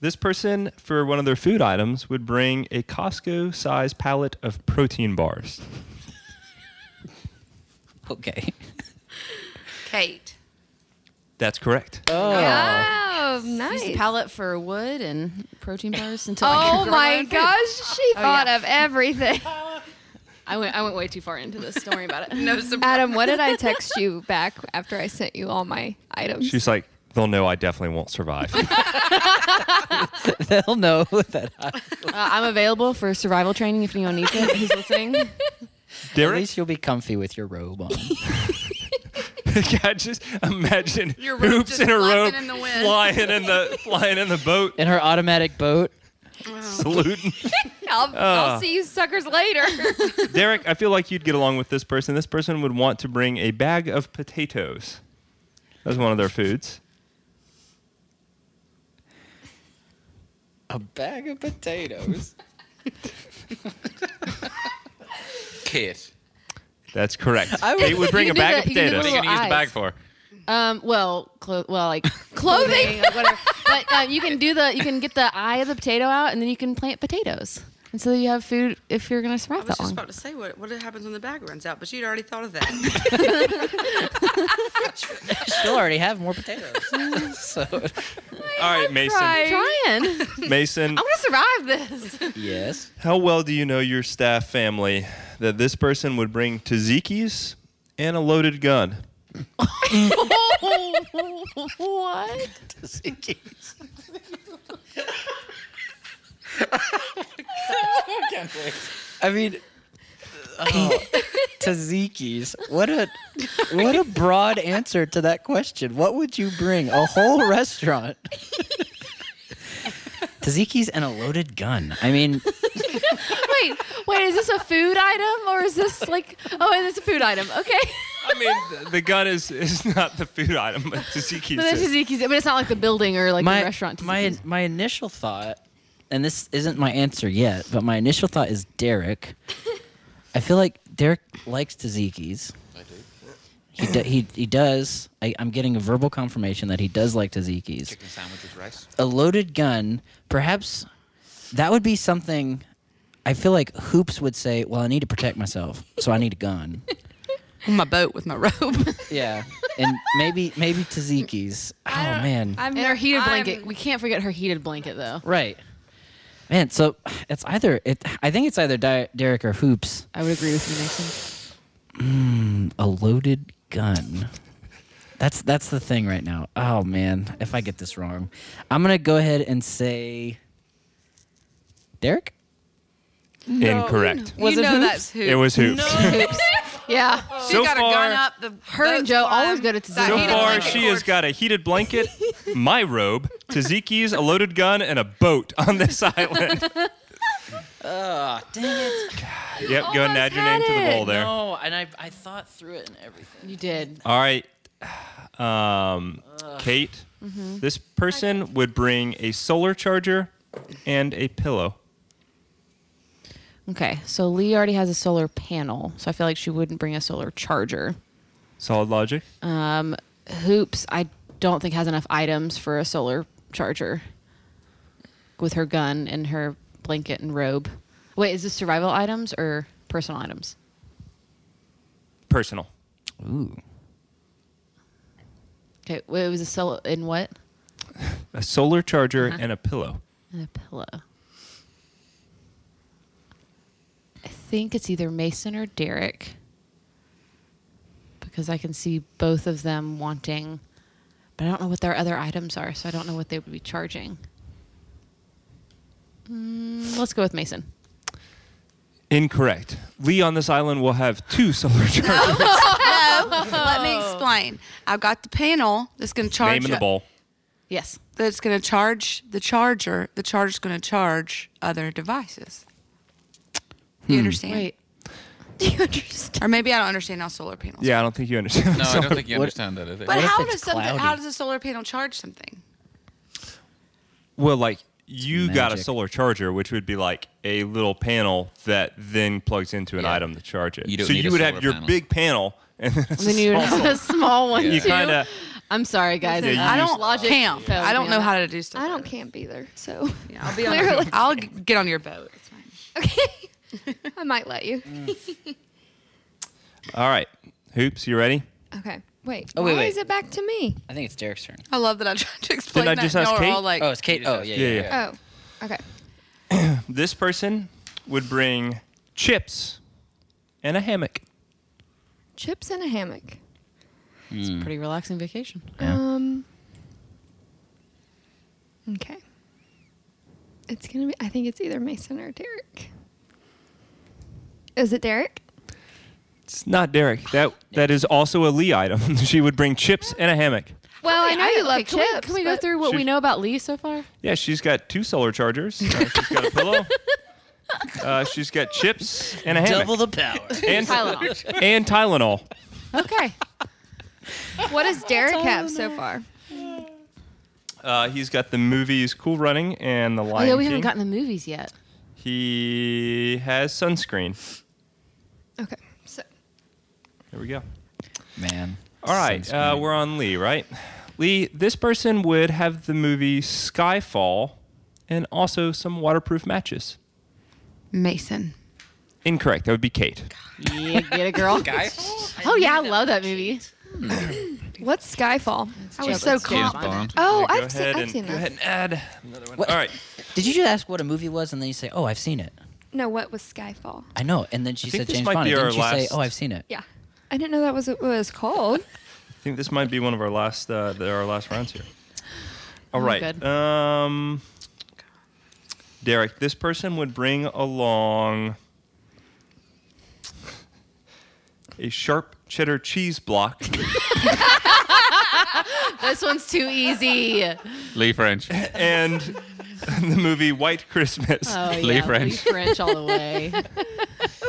[SPEAKER 2] This person, for one of their food items, would bring a Costco sized pallet of protein bars.
[SPEAKER 1] Okay.
[SPEAKER 3] Kate.
[SPEAKER 2] That's correct.
[SPEAKER 5] Oh, nice.
[SPEAKER 4] Used the palette for wood and protein bars until I
[SPEAKER 5] Oh
[SPEAKER 4] could grow
[SPEAKER 5] my
[SPEAKER 4] own food.
[SPEAKER 5] gosh, she thought
[SPEAKER 4] Oh, yeah.
[SPEAKER 5] of everything.
[SPEAKER 4] I went I went way too far into this. Don't worry about it.
[SPEAKER 3] No surprise.
[SPEAKER 5] Adam, what did I text you back after I sent you all my items?
[SPEAKER 2] She's like, they'll know I definitely won't survive.
[SPEAKER 1] They'll know that.
[SPEAKER 4] Uh, I'm available for survival training if anyone needs it. Who's listening?
[SPEAKER 1] At
[SPEAKER 2] Derek,
[SPEAKER 1] least you'll be comfy with your robe on.
[SPEAKER 2] I just imagine
[SPEAKER 3] Your rope
[SPEAKER 2] hoops
[SPEAKER 3] just
[SPEAKER 2] in a
[SPEAKER 3] flapping
[SPEAKER 2] rope,
[SPEAKER 3] in the wind.
[SPEAKER 2] flying in the flying in the boat,
[SPEAKER 1] In her automatic boat.
[SPEAKER 2] saluting.
[SPEAKER 5] I'll, I'll see you suckers later.
[SPEAKER 2] Derek, I feel like you'd get along with this person. This person would want to bring a bag of potatoes. That was one of their foods.
[SPEAKER 6] A bag of potatoes. Kid.
[SPEAKER 2] That's correct.
[SPEAKER 4] I would-
[SPEAKER 2] Kate would bring
[SPEAKER 4] you
[SPEAKER 2] a
[SPEAKER 4] do
[SPEAKER 2] bag
[SPEAKER 4] that-
[SPEAKER 2] of
[SPEAKER 4] you do
[SPEAKER 2] potatoes.
[SPEAKER 6] What are you
[SPEAKER 4] Little
[SPEAKER 6] going to use the bag
[SPEAKER 4] eyes.
[SPEAKER 6] for?
[SPEAKER 4] Um, well, clo- well, like clothing, or whatever. But um, you can do the you can get the eye of the potato out, and then you can plant potatoes, and so you have food if you're gonna
[SPEAKER 3] I
[SPEAKER 4] survive
[SPEAKER 3] was
[SPEAKER 4] that
[SPEAKER 3] just
[SPEAKER 4] long.
[SPEAKER 3] about to say what what happens when the bag runs out, but you'd already thought of that.
[SPEAKER 1] She'll already have more potatoes. so
[SPEAKER 2] All right, Mason.
[SPEAKER 4] Trying, I'm
[SPEAKER 2] Mason,
[SPEAKER 4] gonna survive this.
[SPEAKER 1] yes,
[SPEAKER 2] how well do you know your staff family that this person would bring tzatziki's and a loaded gun?
[SPEAKER 4] what?
[SPEAKER 1] I mean, oh, tzatziki's. What a what a broad answer to that question. What would you bring? A whole restaurant. Tzatziki's and a loaded gun. I mean,
[SPEAKER 4] Wait, wait, is this a food item or is this like? Oh, and it's a food item. Okay,
[SPEAKER 2] I mean, the, the gun is, is not the food item, but tzatziki's.
[SPEAKER 4] but that's
[SPEAKER 2] is.
[SPEAKER 4] tzatziki. But it's not like the building or like
[SPEAKER 1] my
[SPEAKER 4] the restaurant.
[SPEAKER 1] my
[SPEAKER 4] tzatziki.
[SPEAKER 1] my initial thought, and this isn't my answer yet, but my initial thought is Derek. I feel like Derek likes tzatziki's. I do. He, do, he, he does. I, I'm getting a verbal confirmation that he does like tzatziki's.
[SPEAKER 6] Chicken sandwich with rice.
[SPEAKER 1] a loaded gun, perhaps that would be something I feel like Hoops would say, well, I need to protect myself, so I need a gun.
[SPEAKER 3] my boat with my rope.
[SPEAKER 1] yeah. And maybe maybe Tzatziki's. Oh man.
[SPEAKER 5] I've
[SPEAKER 4] and her
[SPEAKER 5] never-
[SPEAKER 4] heated
[SPEAKER 5] I'm-
[SPEAKER 4] blanket. We can't forget her heated blanket though.
[SPEAKER 1] right. Man, so it's either it I think it's either Di- Derek or Hoops.
[SPEAKER 4] I would agree with you, Mason.
[SPEAKER 1] A loaded gun. That's that's the thing right now. Oh man, if I get this wrong, I'm going to go ahead and say Derek?
[SPEAKER 2] Incorrect.
[SPEAKER 1] Was
[SPEAKER 5] you
[SPEAKER 1] it
[SPEAKER 5] know
[SPEAKER 1] hoops?
[SPEAKER 5] that's who.
[SPEAKER 2] It was hoops.
[SPEAKER 4] Yeah.
[SPEAKER 3] She
[SPEAKER 2] So
[SPEAKER 3] got
[SPEAKER 2] far-
[SPEAKER 3] her gun up. The
[SPEAKER 4] Her and
[SPEAKER 3] boat's
[SPEAKER 4] Joe
[SPEAKER 3] flying.
[SPEAKER 4] always go to tzatziki.
[SPEAKER 3] That
[SPEAKER 2] So
[SPEAKER 3] heated
[SPEAKER 2] far,
[SPEAKER 3] blanket
[SPEAKER 2] she
[SPEAKER 3] cord.
[SPEAKER 2] has got a heated blanket, my robe, tzatziki's, a loaded gun, and a boat on this island.
[SPEAKER 1] Oh, dang it.
[SPEAKER 2] Yep, go ahead and add your name
[SPEAKER 4] had
[SPEAKER 2] to the
[SPEAKER 4] it.
[SPEAKER 2] bowl there.
[SPEAKER 1] No, Oh, and I I thought through it and everything.
[SPEAKER 4] You did.
[SPEAKER 2] All right, um, Kate, this person would bring a solar charger and a pillow.
[SPEAKER 4] Okay. So Lee already has a solar panel, so I feel like she wouldn't bring a solar charger.
[SPEAKER 2] Solid logic.
[SPEAKER 4] Um, Hoops, I don't think has enough items for a solar charger with her gun and her blanket and robe. Wait, is this survival items or personal items?
[SPEAKER 2] Personal.
[SPEAKER 1] Ooh.
[SPEAKER 4] Okay, wait, it was a solar in what?
[SPEAKER 2] A solar charger and a pillow.
[SPEAKER 4] And a pillow. I think it's either Mason or Derek because I can see both of them wanting, but I don't know what their other items are, so I don't know what they would be charging. Mm, let's go with Mason.
[SPEAKER 2] Incorrect. Lee on this island will have two solar chargers.
[SPEAKER 3] Let me explain. I've got the panel that's going to charge.
[SPEAKER 2] name in the
[SPEAKER 3] up-
[SPEAKER 2] bowl.
[SPEAKER 4] Yes.
[SPEAKER 3] That's going to charge the charger. The charger's going to charge other devices. You
[SPEAKER 2] Hmm.
[SPEAKER 3] understand?
[SPEAKER 4] Wait.
[SPEAKER 5] Do you understand?
[SPEAKER 3] Or maybe I don't understand how solar panels.
[SPEAKER 2] Yeah, I don't think you understand.
[SPEAKER 6] No, I
[SPEAKER 2] Solar-
[SPEAKER 6] don't think you
[SPEAKER 1] What-
[SPEAKER 6] understand that. I think.
[SPEAKER 3] But
[SPEAKER 1] What if
[SPEAKER 3] how
[SPEAKER 1] it's
[SPEAKER 3] does something?
[SPEAKER 1] cloudy?
[SPEAKER 3] How does a solar panel charge something?
[SPEAKER 2] Well, like you got a
[SPEAKER 1] Magic.
[SPEAKER 2] solar charger, which would be like a little panel that then plugs into an
[SPEAKER 6] Yeah.
[SPEAKER 2] item to charge it.
[SPEAKER 6] You don't
[SPEAKER 2] so
[SPEAKER 6] need
[SPEAKER 2] you
[SPEAKER 6] a
[SPEAKER 2] would
[SPEAKER 6] solar
[SPEAKER 2] have your
[SPEAKER 6] panel.
[SPEAKER 2] big panel, and then it's
[SPEAKER 4] Then you would have a small one
[SPEAKER 6] Yeah.
[SPEAKER 2] you
[SPEAKER 4] too.
[SPEAKER 2] kind of
[SPEAKER 4] I'm sorry, guys.
[SPEAKER 2] Yeah, you
[SPEAKER 3] I
[SPEAKER 2] use-
[SPEAKER 3] don't
[SPEAKER 4] Logic
[SPEAKER 3] camp.
[SPEAKER 4] failed
[SPEAKER 3] I don't
[SPEAKER 4] me
[SPEAKER 3] know
[SPEAKER 4] on
[SPEAKER 3] how to do stuff.
[SPEAKER 5] I
[SPEAKER 3] like
[SPEAKER 5] don't
[SPEAKER 3] that.
[SPEAKER 5] camp either, so
[SPEAKER 3] Yeah, I'll be on.
[SPEAKER 5] Clearly.
[SPEAKER 3] Your, I'll g- get on your boat. It's fine.
[SPEAKER 5] okay. I might let you.
[SPEAKER 2] All right, hoops, you ready?
[SPEAKER 5] Okay. Wait.
[SPEAKER 1] Oh, wait,
[SPEAKER 5] why
[SPEAKER 1] wait.
[SPEAKER 5] is it back to me?
[SPEAKER 1] I think it's Derek's turn.
[SPEAKER 3] I love that I tried to explain
[SPEAKER 2] I
[SPEAKER 3] that.
[SPEAKER 2] just
[SPEAKER 3] and
[SPEAKER 2] ask
[SPEAKER 3] y'all are
[SPEAKER 2] Kate?
[SPEAKER 3] all like,
[SPEAKER 1] Oh, it's Kate. Oh, yeah, yeah.
[SPEAKER 2] Yeah,
[SPEAKER 1] yeah.
[SPEAKER 2] yeah.
[SPEAKER 5] Oh. Okay.
[SPEAKER 2] This person would bring chips and a hammock.
[SPEAKER 5] Chips in a hammock.
[SPEAKER 4] It's a pretty relaxing vacation.
[SPEAKER 5] Um. Okay. It's gonna be. I think it's either Mason or Derek. Is it Derek?
[SPEAKER 2] It's not Derek. That that is also a Lee item. she would bring chips and a hammock.
[SPEAKER 5] Well, Oh, I know you love
[SPEAKER 4] can
[SPEAKER 5] chips.
[SPEAKER 4] We, can we go
[SPEAKER 5] but-
[SPEAKER 4] through what
[SPEAKER 2] She-
[SPEAKER 4] we know about Lee so far?
[SPEAKER 2] Yeah, she's got two solar chargers. Uh, she's got a pillow. Uh, she's got chips and a hammock
[SPEAKER 1] Double the power.
[SPEAKER 2] and
[SPEAKER 4] Tylenol.
[SPEAKER 2] and Tylenol.
[SPEAKER 4] Okay.
[SPEAKER 5] What does Derek have so far?
[SPEAKER 2] Uh, he's got the movies Cool Running and The
[SPEAKER 4] Oh,
[SPEAKER 2] Lion
[SPEAKER 4] yeah, we
[SPEAKER 2] King.
[SPEAKER 4] haven't gotten the movies yet.
[SPEAKER 2] he has sunscreen.
[SPEAKER 5] Okay. So
[SPEAKER 2] There we go.
[SPEAKER 1] Man.
[SPEAKER 2] All right, uh, we're on Lee, right? Lee, this person would have the movie Skyfall and also some waterproof matches.
[SPEAKER 3] Mason.
[SPEAKER 2] Incorrect. That would be Kate.
[SPEAKER 4] Yeah, get it, girl.
[SPEAKER 6] Skyfall?
[SPEAKER 4] oh yeah, I love that movie.
[SPEAKER 5] what's Skyfall?
[SPEAKER 3] I was so
[SPEAKER 7] James
[SPEAKER 3] calm.
[SPEAKER 7] Bond.
[SPEAKER 5] Oh,
[SPEAKER 2] Go
[SPEAKER 5] I've seen,
[SPEAKER 2] ahead
[SPEAKER 5] I've
[SPEAKER 2] and
[SPEAKER 5] seen
[SPEAKER 2] go
[SPEAKER 5] that.
[SPEAKER 2] ahead and add another one.
[SPEAKER 1] What?
[SPEAKER 2] All right.
[SPEAKER 1] Did you just ask what a movie was and then you say, "Oh, I've seen it."
[SPEAKER 5] No, what was Skyfall?
[SPEAKER 1] I know. And then she
[SPEAKER 2] I think
[SPEAKER 1] said
[SPEAKER 2] this
[SPEAKER 1] James
[SPEAKER 2] might
[SPEAKER 1] Bond.
[SPEAKER 2] be
[SPEAKER 1] and
[SPEAKER 2] our
[SPEAKER 1] didn't she say,
[SPEAKER 2] last-
[SPEAKER 1] "Oh, I've seen it."
[SPEAKER 5] Yeah. I didn't know that was what it was called.
[SPEAKER 2] I think this might be one of our last uh, the- our last rounds here. All
[SPEAKER 4] Oh,
[SPEAKER 2] right.
[SPEAKER 4] good.
[SPEAKER 2] Um, Derek, this person would bring along a sharp cheddar cheese block.
[SPEAKER 4] This one's too easy. Oh
[SPEAKER 7] Lee French.
[SPEAKER 2] and the movie White Christmas.
[SPEAKER 7] Lee
[SPEAKER 4] yeah, Lee
[SPEAKER 7] French.
[SPEAKER 4] French all the way.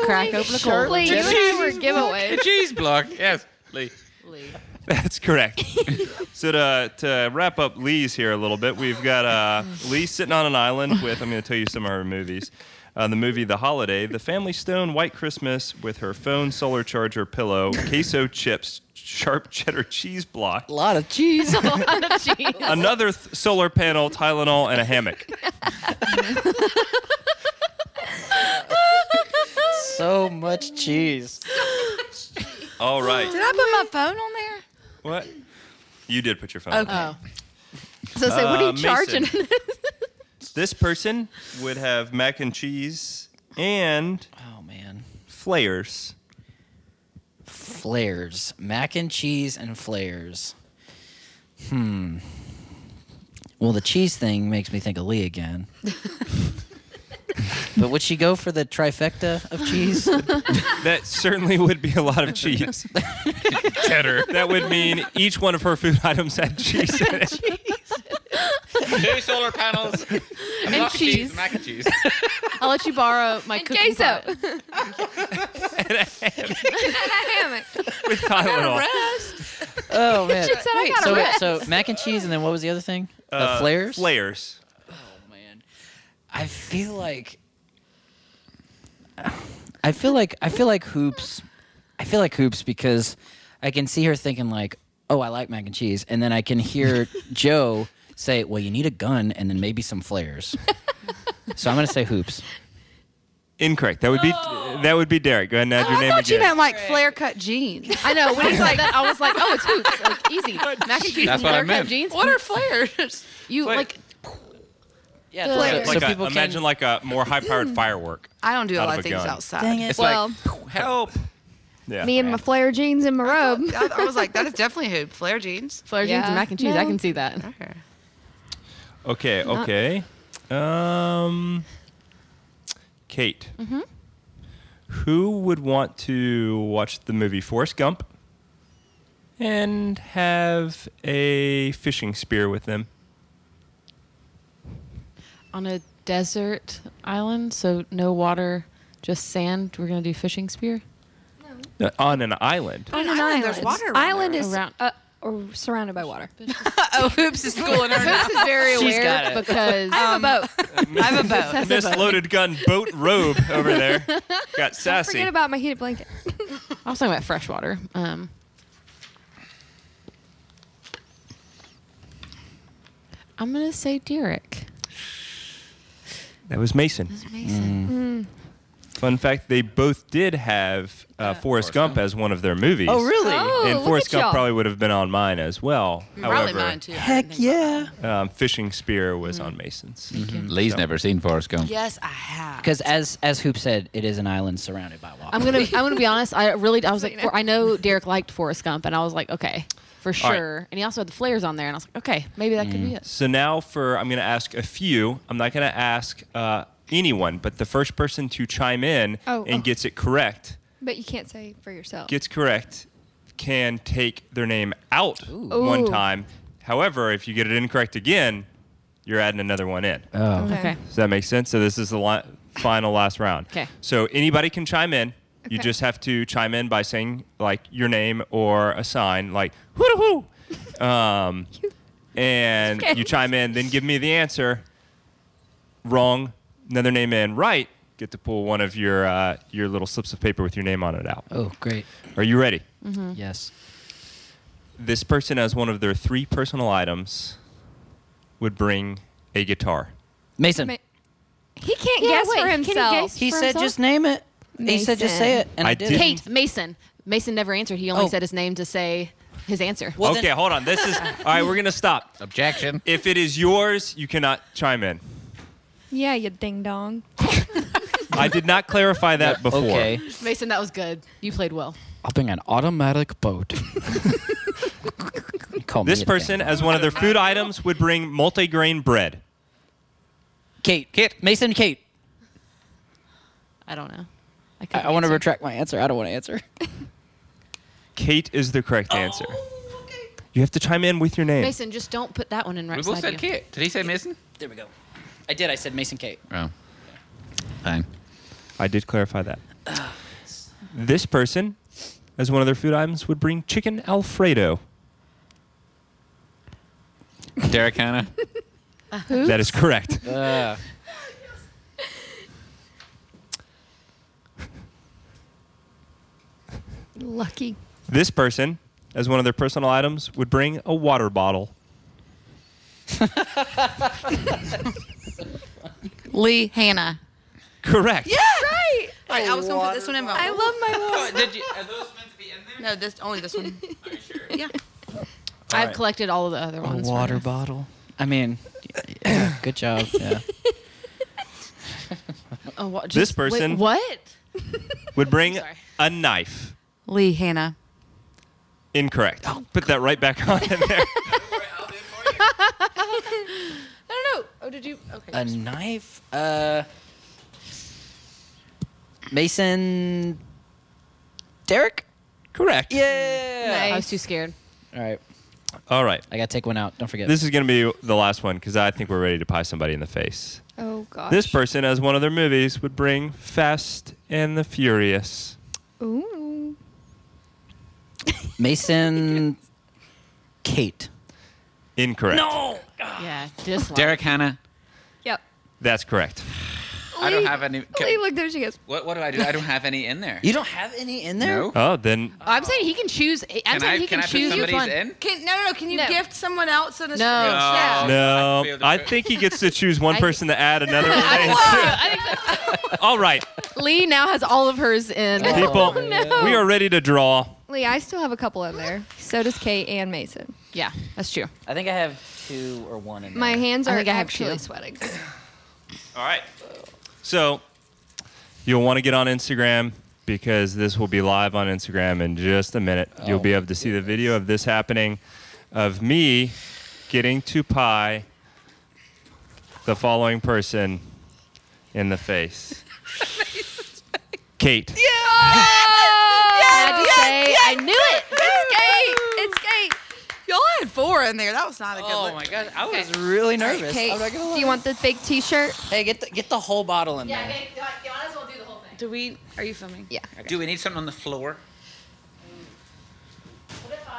[SPEAKER 4] Crack open a cold one.
[SPEAKER 5] Please, you and I were giveaways.
[SPEAKER 7] Cheese block. Yes, Lee.
[SPEAKER 4] Lee.
[SPEAKER 2] That's correct. so to, to wrap up Lee's here a little bit, we've got uh, Lee sitting on an island with, I'm going to tell you some of her movies. Uh, the movie The Holiday, The Family Stone, White Christmas with her phone, solar charger, pillow, queso chips, sharp cheddar cheese block,
[SPEAKER 1] A lot of cheese.
[SPEAKER 4] A lot of cheese.
[SPEAKER 2] another th- solar panel, Tylenol, and a hammock.
[SPEAKER 1] so much cheese.
[SPEAKER 2] All
[SPEAKER 3] Did
[SPEAKER 2] right.
[SPEAKER 3] I put my phone on there?
[SPEAKER 2] What? You did put your phone. Okay.
[SPEAKER 4] Oh.
[SPEAKER 5] So say, what are
[SPEAKER 2] Uh,
[SPEAKER 5] you charging?
[SPEAKER 2] Mason. This person would have mac and cheese and
[SPEAKER 1] Oh man.
[SPEAKER 2] flares.
[SPEAKER 1] Flares. Mac and cheese and flares. Hmm. Well, the cheese thing makes me think of Lee again. but would she go for the trifecta of cheese?
[SPEAKER 2] That certainly would be a lot of cheese. Cheddar. That would mean each one of her food items had cheese in it.
[SPEAKER 6] Two solar panels. A block of
[SPEAKER 4] cheese.
[SPEAKER 6] cheese. Mac and cheese.
[SPEAKER 4] I'll let you borrow my cooking
[SPEAKER 5] queso.
[SPEAKER 4] pot.
[SPEAKER 5] Hammock.
[SPEAKER 2] with Tylenol.
[SPEAKER 1] oh man.
[SPEAKER 5] She said I got
[SPEAKER 1] So
[SPEAKER 5] a
[SPEAKER 1] wait,
[SPEAKER 5] rest.
[SPEAKER 1] so mac and cheese and then what was the other thing? The
[SPEAKER 2] Uh,
[SPEAKER 1] flares?
[SPEAKER 2] Flares.
[SPEAKER 1] Oh, man. I feel like I feel like I feel like hoops. I feel like hoops because I can see her thinking like, "Oh, I like mac and cheese," and then I can hear Joe say, "Well, you need a gun and then maybe some flares." so I'm gonna say hoops.
[SPEAKER 2] Incorrect. That would be that would be Derek. Go ahead and add your
[SPEAKER 3] I
[SPEAKER 2] name
[SPEAKER 3] thought you
[SPEAKER 2] again.
[SPEAKER 3] meant like flare cut jeans.
[SPEAKER 4] I know. When he's like that, I was like, oh, it's hoops. Like, easy. Mac and cheese and
[SPEAKER 7] That's what I
[SPEAKER 4] buttercup
[SPEAKER 7] meant.
[SPEAKER 4] jeans.
[SPEAKER 3] What are flares?
[SPEAKER 4] You
[SPEAKER 2] Wait.
[SPEAKER 4] like
[SPEAKER 1] Yeah,
[SPEAKER 4] so- Flares.
[SPEAKER 2] like a, imagine like a more high powered firework.
[SPEAKER 3] I don't do a
[SPEAKER 2] Out
[SPEAKER 3] lot
[SPEAKER 2] of
[SPEAKER 3] of
[SPEAKER 2] a
[SPEAKER 3] things
[SPEAKER 2] gun.
[SPEAKER 3] outside.
[SPEAKER 1] Dang it.
[SPEAKER 7] It's like-
[SPEAKER 5] Well,
[SPEAKER 2] Help. Yeah.
[SPEAKER 5] me and my flare jeans and my robe.
[SPEAKER 3] I, I was like, that is definitely who flare jeans.
[SPEAKER 4] flare jeans
[SPEAKER 5] Yeah.
[SPEAKER 4] and mac and cheese. I
[SPEAKER 5] No.
[SPEAKER 4] can see that.
[SPEAKER 3] Okay.
[SPEAKER 2] Okay. Okay. Um. Kate. Mm-hmm. Who would want to watch the movie Forrest Gump and have a fishing spear with them?
[SPEAKER 4] On a desert island, so no water, just sand. We're gonna do fishing spear.
[SPEAKER 2] No, uh, on an island.
[SPEAKER 5] Oh,
[SPEAKER 3] On an island, there's water. around
[SPEAKER 5] Island
[SPEAKER 3] there.
[SPEAKER 5] is
[SPEAKER 4] Around-
[SPEAKER 5] uh, or surrounded by water.
[SPEAKER 3] Oh, hoops is schooling her.
[SPEAKER 4] This is very
[SPEAKER 1] She's
[SPEAKER 4] aware
[SPEAKER 1] got it.
[SPEAKER 4] because um,
[SPEAKER 3] I'm a boat. I'm a boat.
[SPEAKER 2] Miss Loaded Gun boat robe over there. Got sassy.
[SPEAKER 5] Forget about my heated blanket.
[SPEAKER 4] I was talking about freshwater. Um, I'm gonna say Derek.
[SPEAKER 2] that was Mason. Mm. Fun fact they both did have uh, Forrest, Gump, as one of their movies.
[SPEAKER 1] Oh, really?
[SPEAKER 5] Oh,
[SPEAKER 2] And
[SPEAKER 5] look
[SPEAKER 2] Forrest
[SPEAKER 5] at
[SPEAKER 2] Gump
[SPEAKER 5] y'all.
[SPEAKER 2] probably would have been on mine as well.
[SPEAKER 8] Probably
[SPEAKER 2] However,
[SPEAKER 8] mine too.
[SPEAKER 1] Heck yeah.
[SPEAKER 2] Um, fishing spear was
[SPEAKER 5] Mm-hmm.
[SPEAKER 2] on Mason's.
[SPEAKER 7] Lee's never seen Forrest Gump.
[SPEAKER 8] Yes, I have.
[SPEAKER 1] Because as as Hoop said, it is an island surrounded by water.
[SPEAKER 4] I'm gonna. I'm gonna be honest. I really. I was like, for, I know Derek liked Forrest Gump, and I was like, okay, for
[SPEAKER 2] right.
[SPEAKER 4] sure. And he also had the flares on there, and I was like, okay, maybe that
[SPEAKER 1] Mm.
[SPEAKER 4] could be it.
[SPEAKER 2] So now for I'm going to ask a few. I'm not going to ask uh, anyone, but the first person to chime in
[SPEAKER 5] Oh,
[SPEAKER 2] and
[SPEAKER 5] oh.
[SPEAKER 2] gets it correct
[SPEAKER 5] But you can't say for yourself.
[SPEAKER 2] gets correct can take their name out one
[SPEAKER 5] Ooh.
[SPEAKER 2] time. However, if you get it incorrect again, you're adding another one in.
[SPEAKER 1] oh.
[SPEAKER 4] Okay.
[SPEAKER 2] Does that make sense? So this is the li- final last round.
[SPEAKER 4] 'Kay.
[SPEAKER 2] So anybody can chime in. You
[SPEAKER 5] Okay.
[SPEAKER 2] just have to chime in by saying like your name or a sign like hoo hoo. Um, and
[SPEAKER 5] Okay.
[SPEAKER 2] you chime in, then give me the answer. Wrong, another name in. Right, get to pull one of your uh, your little slips of paper with your name on it out.
[SPEAKER 1] Oh, great.
[SPEAKER 2] Are you ready?
[SPEAKER 1] Yes.
[SPEAKER 2] This person, as one of their three personal items, would bring a guitar.
[SPEAKER 1] Mason.
[SPEAKER 5] Ma- He can't
[SPEAKER 4] Yeah,
[SPEAKER 5] guess
[SPEAKER 4] wait,
[SPEAKER 5] for
[SPEAKER 4] can he
[SPEAKER 5] himself.
[SPEAKER 4] guess?
[SPEAKER 1] he
[SPEAKER 4] for
[SPEAKER 1] said
[SPEAKER 4] himself?
[SPEAKER 1] just name it. He said just say it. And I,
[SPEAKER 2] I
[SPEAKER 1] did.
[SPEAKER 2] didn't.
[SPEAKER 4] Kate Mason. Mason never answered. He only
[SPEAKER 1] Oh.
[SPEAKER 4] said his name to say his answer.
[SPEAKER 1] Well,
[SPEAKER 2] okay,
[SPEAKER 1] then-
[SPEAKER 2] hold on. This is all right. We're gonna stop.
[SPEAKER 7] Objection.
[SPEAKER 2] If it is yours, you cannot chime in.
[SPEAKER 5] Yeah, you ding dong.
[SPEAKER 2] I did not clarify that before.
[SPEAKER 1] Okay.
[SPEAKER 4] Mason, that was good. You played well.
[SPEAKER 1] I'll bring an automatic boat. Call me
[SPEAKER 2] This
[SPEAKER 1] again.
[SPEAKER 2] person, as one of their food items, would bring multigrain bread.
[SPEAKER 1] Kate. Kate. Mason. Kate.
[SPEAKER 4] I don't know.
[SPEAKER 1] I,
[SPEAKER 4] couldn't
[SPEAKER 1] want to
[SPEAKER 4] answer.
[SPEAKER 1] retract my answer. I don't want to answer.
[SPEAKER 2] Kate is the correct answer. You have to chime in with your name.
[SPEAKER 4] Mason, just don't put that one in right
[SPEAKER 7] We both
[SPEAKER 4] beside
[SPEAKER 7] said
[SPEAKER 4] you.
[SPEAKER 7] Kate. Did he say Mason?
[SPEAKER 1] There we go. I did. I said Mason. Kate.
[SPEAKER 7] Oh. Fine.
[SPEAKER 2] I did clarify that. This person, as one of their food items, would bring chicken Alfredo.
[SPEAKER 7] Derek Hanna.
[SPEAKER 2] That is correct.
[SPEAKER 1] Uh,
[SPEAKER 5] Lucky.
[SPEAKER 2] This person, as one of their personal items, would bring a water bottle.
[SPEAKER 3] Lee Hannah.
[SPEAKER 2] Correct.
[SPEAKER 5] Right.
[SPEAKER 3] All right, I was gonna put this one in. but-
[SPEAKER 5] I love my wolf.
[SPEAKER 7] Did you, are those meant to be in there?
[SPEAKER 3] No, this only this one. Yeah.
[SPEAKER 4] I've
[SPEAKER 2] right.
[SPEAKER 4] collected all of the other
[SPEAKER 1] a
[SPEAKER 4] ones. for
[SPEAKER 1] water
[SPEAKER 4] you.
[SPEAKER 1] bottle. I mean, yeah, good job. Yeah.
[SPEAKER 4] A wa-
[SPEAKER 2] This
[SPEAKER 4] just-
[SPEAKER 2] person-
[SPEAKER 4] Wait, what?
[SPEAKER 2] Would bring
[SPEAKER 4] sorry.
[SPEAKER 2] a knife.
[SPEAKER 3] Lee Hannah.
[SPEAKER 2] Incorrect. Put that right back on in there.
[SPEAKER 4] I don't know. Oh, did you? Okay.
[SPEAKER 1] A knife. Uh. Mason. Derek.
[SPEAKER 2] Correct.
[SPEAKER 1] Yeah.
[SPEAKER 4] I was too scared.
[SPEAKER 1] All right.
[SPEAKER 2] All right.
[SPEAKER 1] I gotta take one out. Don't forget.
[SPEAKER 2] This is going to be the last one because I think we're ready to pie somebody in the face.
[SPEAKER 5] Oh gosh.
[SPEAKER 2] This person, as one of their movies, would bring Fast and the Furious.
[SPEAKER 5] Ooh.
[SPEAKER 1] Mason. Kate.
[SPEAKER 2] Incorrect. No!
[SPEAKER 4] Yeah, dislike.
[SPEAKER 7] Derek Hanna.
[SPEAKER 5] Yep.
[SPEAKER 2] That's correct.
[SPEAKER 7] I don't have any.
[SPEAKER 5] Lee, look there she goes.
[SPEAKER 7] What, what did I do? I don't have any in there.
[SPEAKER 1] You don't have any in there.
[SPEAKER 7] No.
[SPEAKER 2] Oh, then
[SPEAKER 4] I'm saying he can choose. I'm
[SPEAKER 7] Can
[SPEAKER 4] saying
[SPEAKER 7] I,
[SPEAKER 4] he can,
[SPEAKER 7] can I put
[SPEAKER 4] choose which
[SPEAKER 7] somebody's
[SPEAKER 4] one.
[SPEAKER 7] in?
[SPEAKER 3] Can, no, no, no. Can you
[SPEAKER 4] No.
[SPEAKER 3] gift someone else an
[SPEAKER 4] No.
[SPEAKER 3] Yeah.
[SPEAKER 2] no.
[SPEAKER 7] I'd be able to
[SPEAKER 2] I
[SPEAKER 7] put-
[SPEAKER 2] think he gets to choose one
[SPEAKER 4] I-
[SPEAKER 2] person to add another. name.
[SPEAKER 4] I think Oh,
[SPEAKER 2] All right,
[SPEAKER 4] that- Lee now has all of hers in.
[SPEAKER 2] people,
[SPEAKER 5] no.
[SPEAKER 2] we are ready to draw.
[SPEAKER 5] Lee, I still have a couple in there. So does Kate and Mason.
[SPEAKER 4] Yeah, that's true.
[SPEAKER 1] I think I have two or one in there.
[SPEAKER 5] My hands
[SPEAKER 4] I
[SPEAKER 5] are
[SPEAKER 4] think I have
[SPEAKER 5] actually
[SPEAKER 4] two.
[SPEAKER 5] sweating.
[SPEAKER 2] All right. So you'll want to get on Instagram because this will be live on Instagram in just a minute. you'll be able to see the video of this happening, of me getting to pie the following person in the face. Kate.
[SPEAKER 4] Can I just say I knew it.
[SPEAKER 3] It's Kate. It's Kate. Y'all had four in there. That was not a good look.
[SPEAKER 1] gosh, I was really nervous.
[SPEAKER 5] Kate,
[SPEAKER 1] I'm not gonna
[SPEAKER 5] do you want the big T-shirt?
[SPEAKER 1] lie. Hey, get the get the whole bottle in there.
[SPEAKER 6] Do we? Are you filming?
[SPEAKER 5] Yeah.
[SPEAKER 7] Do we need something on the floor?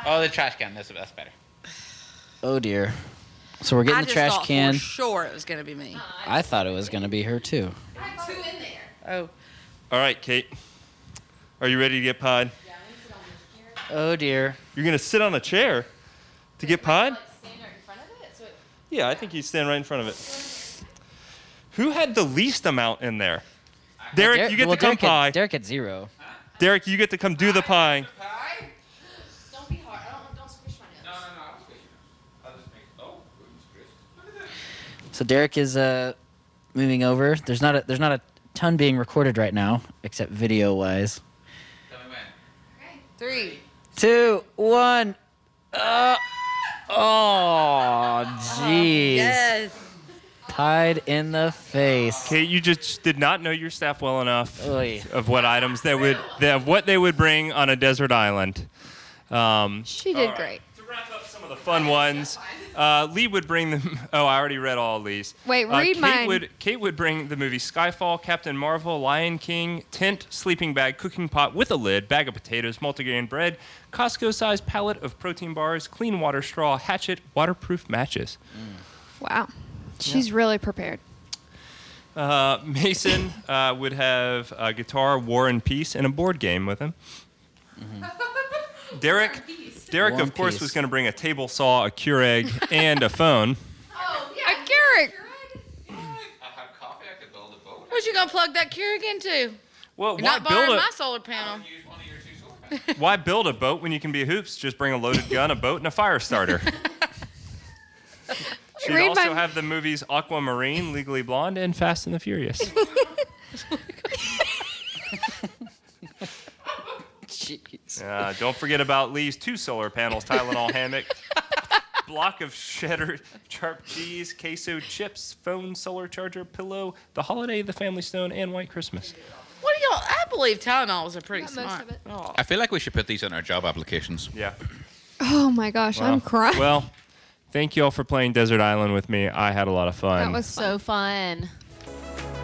[SPEAKER 7] Oh, the trash can. That's, that's better.
[SPEAKER 1] Oh dear. So we're
[SPEAKER 3] I
[SPEAKER 1] getting the
[SPEAKER 3] just
[SPEAKER 1] trash
[SPEAKER 3] thought
[SPEAKER 1] can.
[SPEAKER 3] For sure, it was gonna be me.
[SPEAKER 1] I thought it was gonna be her too.
[SPEAKER 6] Oh.
[SPEAKER 2] All right, Kate. Are you ready to get pied?
[SPEAKER 1] Oh dear.
[SPEAKER 2] You're going to sit on a chair to get pied? Yeah, I think he's standing right in front of it. Who had the least amount in there? Derek, you get
[SPEAKER 1] well,
[SPEAKER 2] to come
[SPEAKER 1] Derek had-
[SPEAKER 2] pie. Derek,
[SPEAKER 1] Derek at zero.
[SPEAKER 2] you get to come do the pieing.
[SPEAKER 4] Don't be hard. I don't, don't squish my nose.
[SPEAKER 1] So Derek is uh, moving over. There's not a there's not a ton being recorded right now, except video wise.
[SPEAKER 3] Three.
[SPEAKER 1] Two, one. Uh, oh, jeez. Pied in the face.
[SPEAKER 2] Kate, you just did not know your staff well enough
[SPEAKER 1] Oy.
[SPEAKER 2] of what items they would, they, of what they would bring on a desert island. Um,
[SPEAKER 5] She did great.
[SPEAKER 2] wrap up some of the fun ones. Uh, Lee would bring them. Oh, I already read all of these.
[SPEAKER 5] Wait,
[SPEAKER 2] Uh,
[SPEAKER 5] read
[SPEAKER 2] Kate
[SPEAKER 5] mine.
[SPEAKER 2] Would, Kate would bring the movie Skyfall, Captain Marvel, Lion King, tent, sleeping bag, cooking pot with a lid, bag of potatoes, multigrain bread, Costco-sized pallet of protein bars, clean water straw, hatchet, waterproof matches.
[SPEAKER 5] Wow. She's really prepared.
[SPEAKER 2] Uh, Mason uh, would have a guitar, War and Peace, and a board game with him. Derek, Derek,
[SPEAKER 1] Mm-hmm. War
[SPEAKER 2] of
[SPEAKER 1] and
[SPEAKER 2] course,
[SPEAKER 1] Peace.
[SPEAKER 2] was going to bring a table saw, a Keurig, and a phone.
[SPEAKER 1] Oh,
[SPEAKER 5] A carrot.
[SPEAKER 7] I have coffee. I could build a boat.
[SPEAKER 8] What you gonna plug that Keurig into?
[SPEAKER 2] Well,
[SPEAKER 8] You're
[SPEAKER 2] why
[SPEAKER 8] not borrowing
[SPEAKER 2] build
[SPEAKER 8] my
[SPEAKER 2] a
[SPEAKER 8] solar panel.
[SPEAKER 7] Use one of your two solar
[SPEAKER 2] why build a boat when you can be hoops? Just bring a loaded gun, a boat, and a fire starter. She'd
[SPEAKER 5] Read
[SPEAKER 2] also
[SPEAKER 5] my-
[SPEAKER 2] have the movies Aquamarine, Legally Blonde, and Fast and the Furious.
[SPEAKER 4] Jeez.
[SPEAKER 2] Uh, don't forget about Lee's two solar panels, Tylenol hammock, block of cheddar, sharp cheese, queso chips, phone, solar charger, pillow, the holiday, the family stone, and white Christmas.
[SPEAKER 8] What do y'all? I believe Tylenols are pretty
[SPEAKER 5] Got most
[SPEAKER 8] smart.
[SPEAKER 5] of it.
[SPEAKER 7] I feel like we should put these on our job applications.
[SPEAKER 2] Yeah.
[SPEAKER 5] Oh my gosh, I'm crying.
[SPEAKER 2] Well, thank you all for playing Desert Island with me. I had a lot of fun.
[SPEAKER 5] that was
[SPEAKER 4] So fun.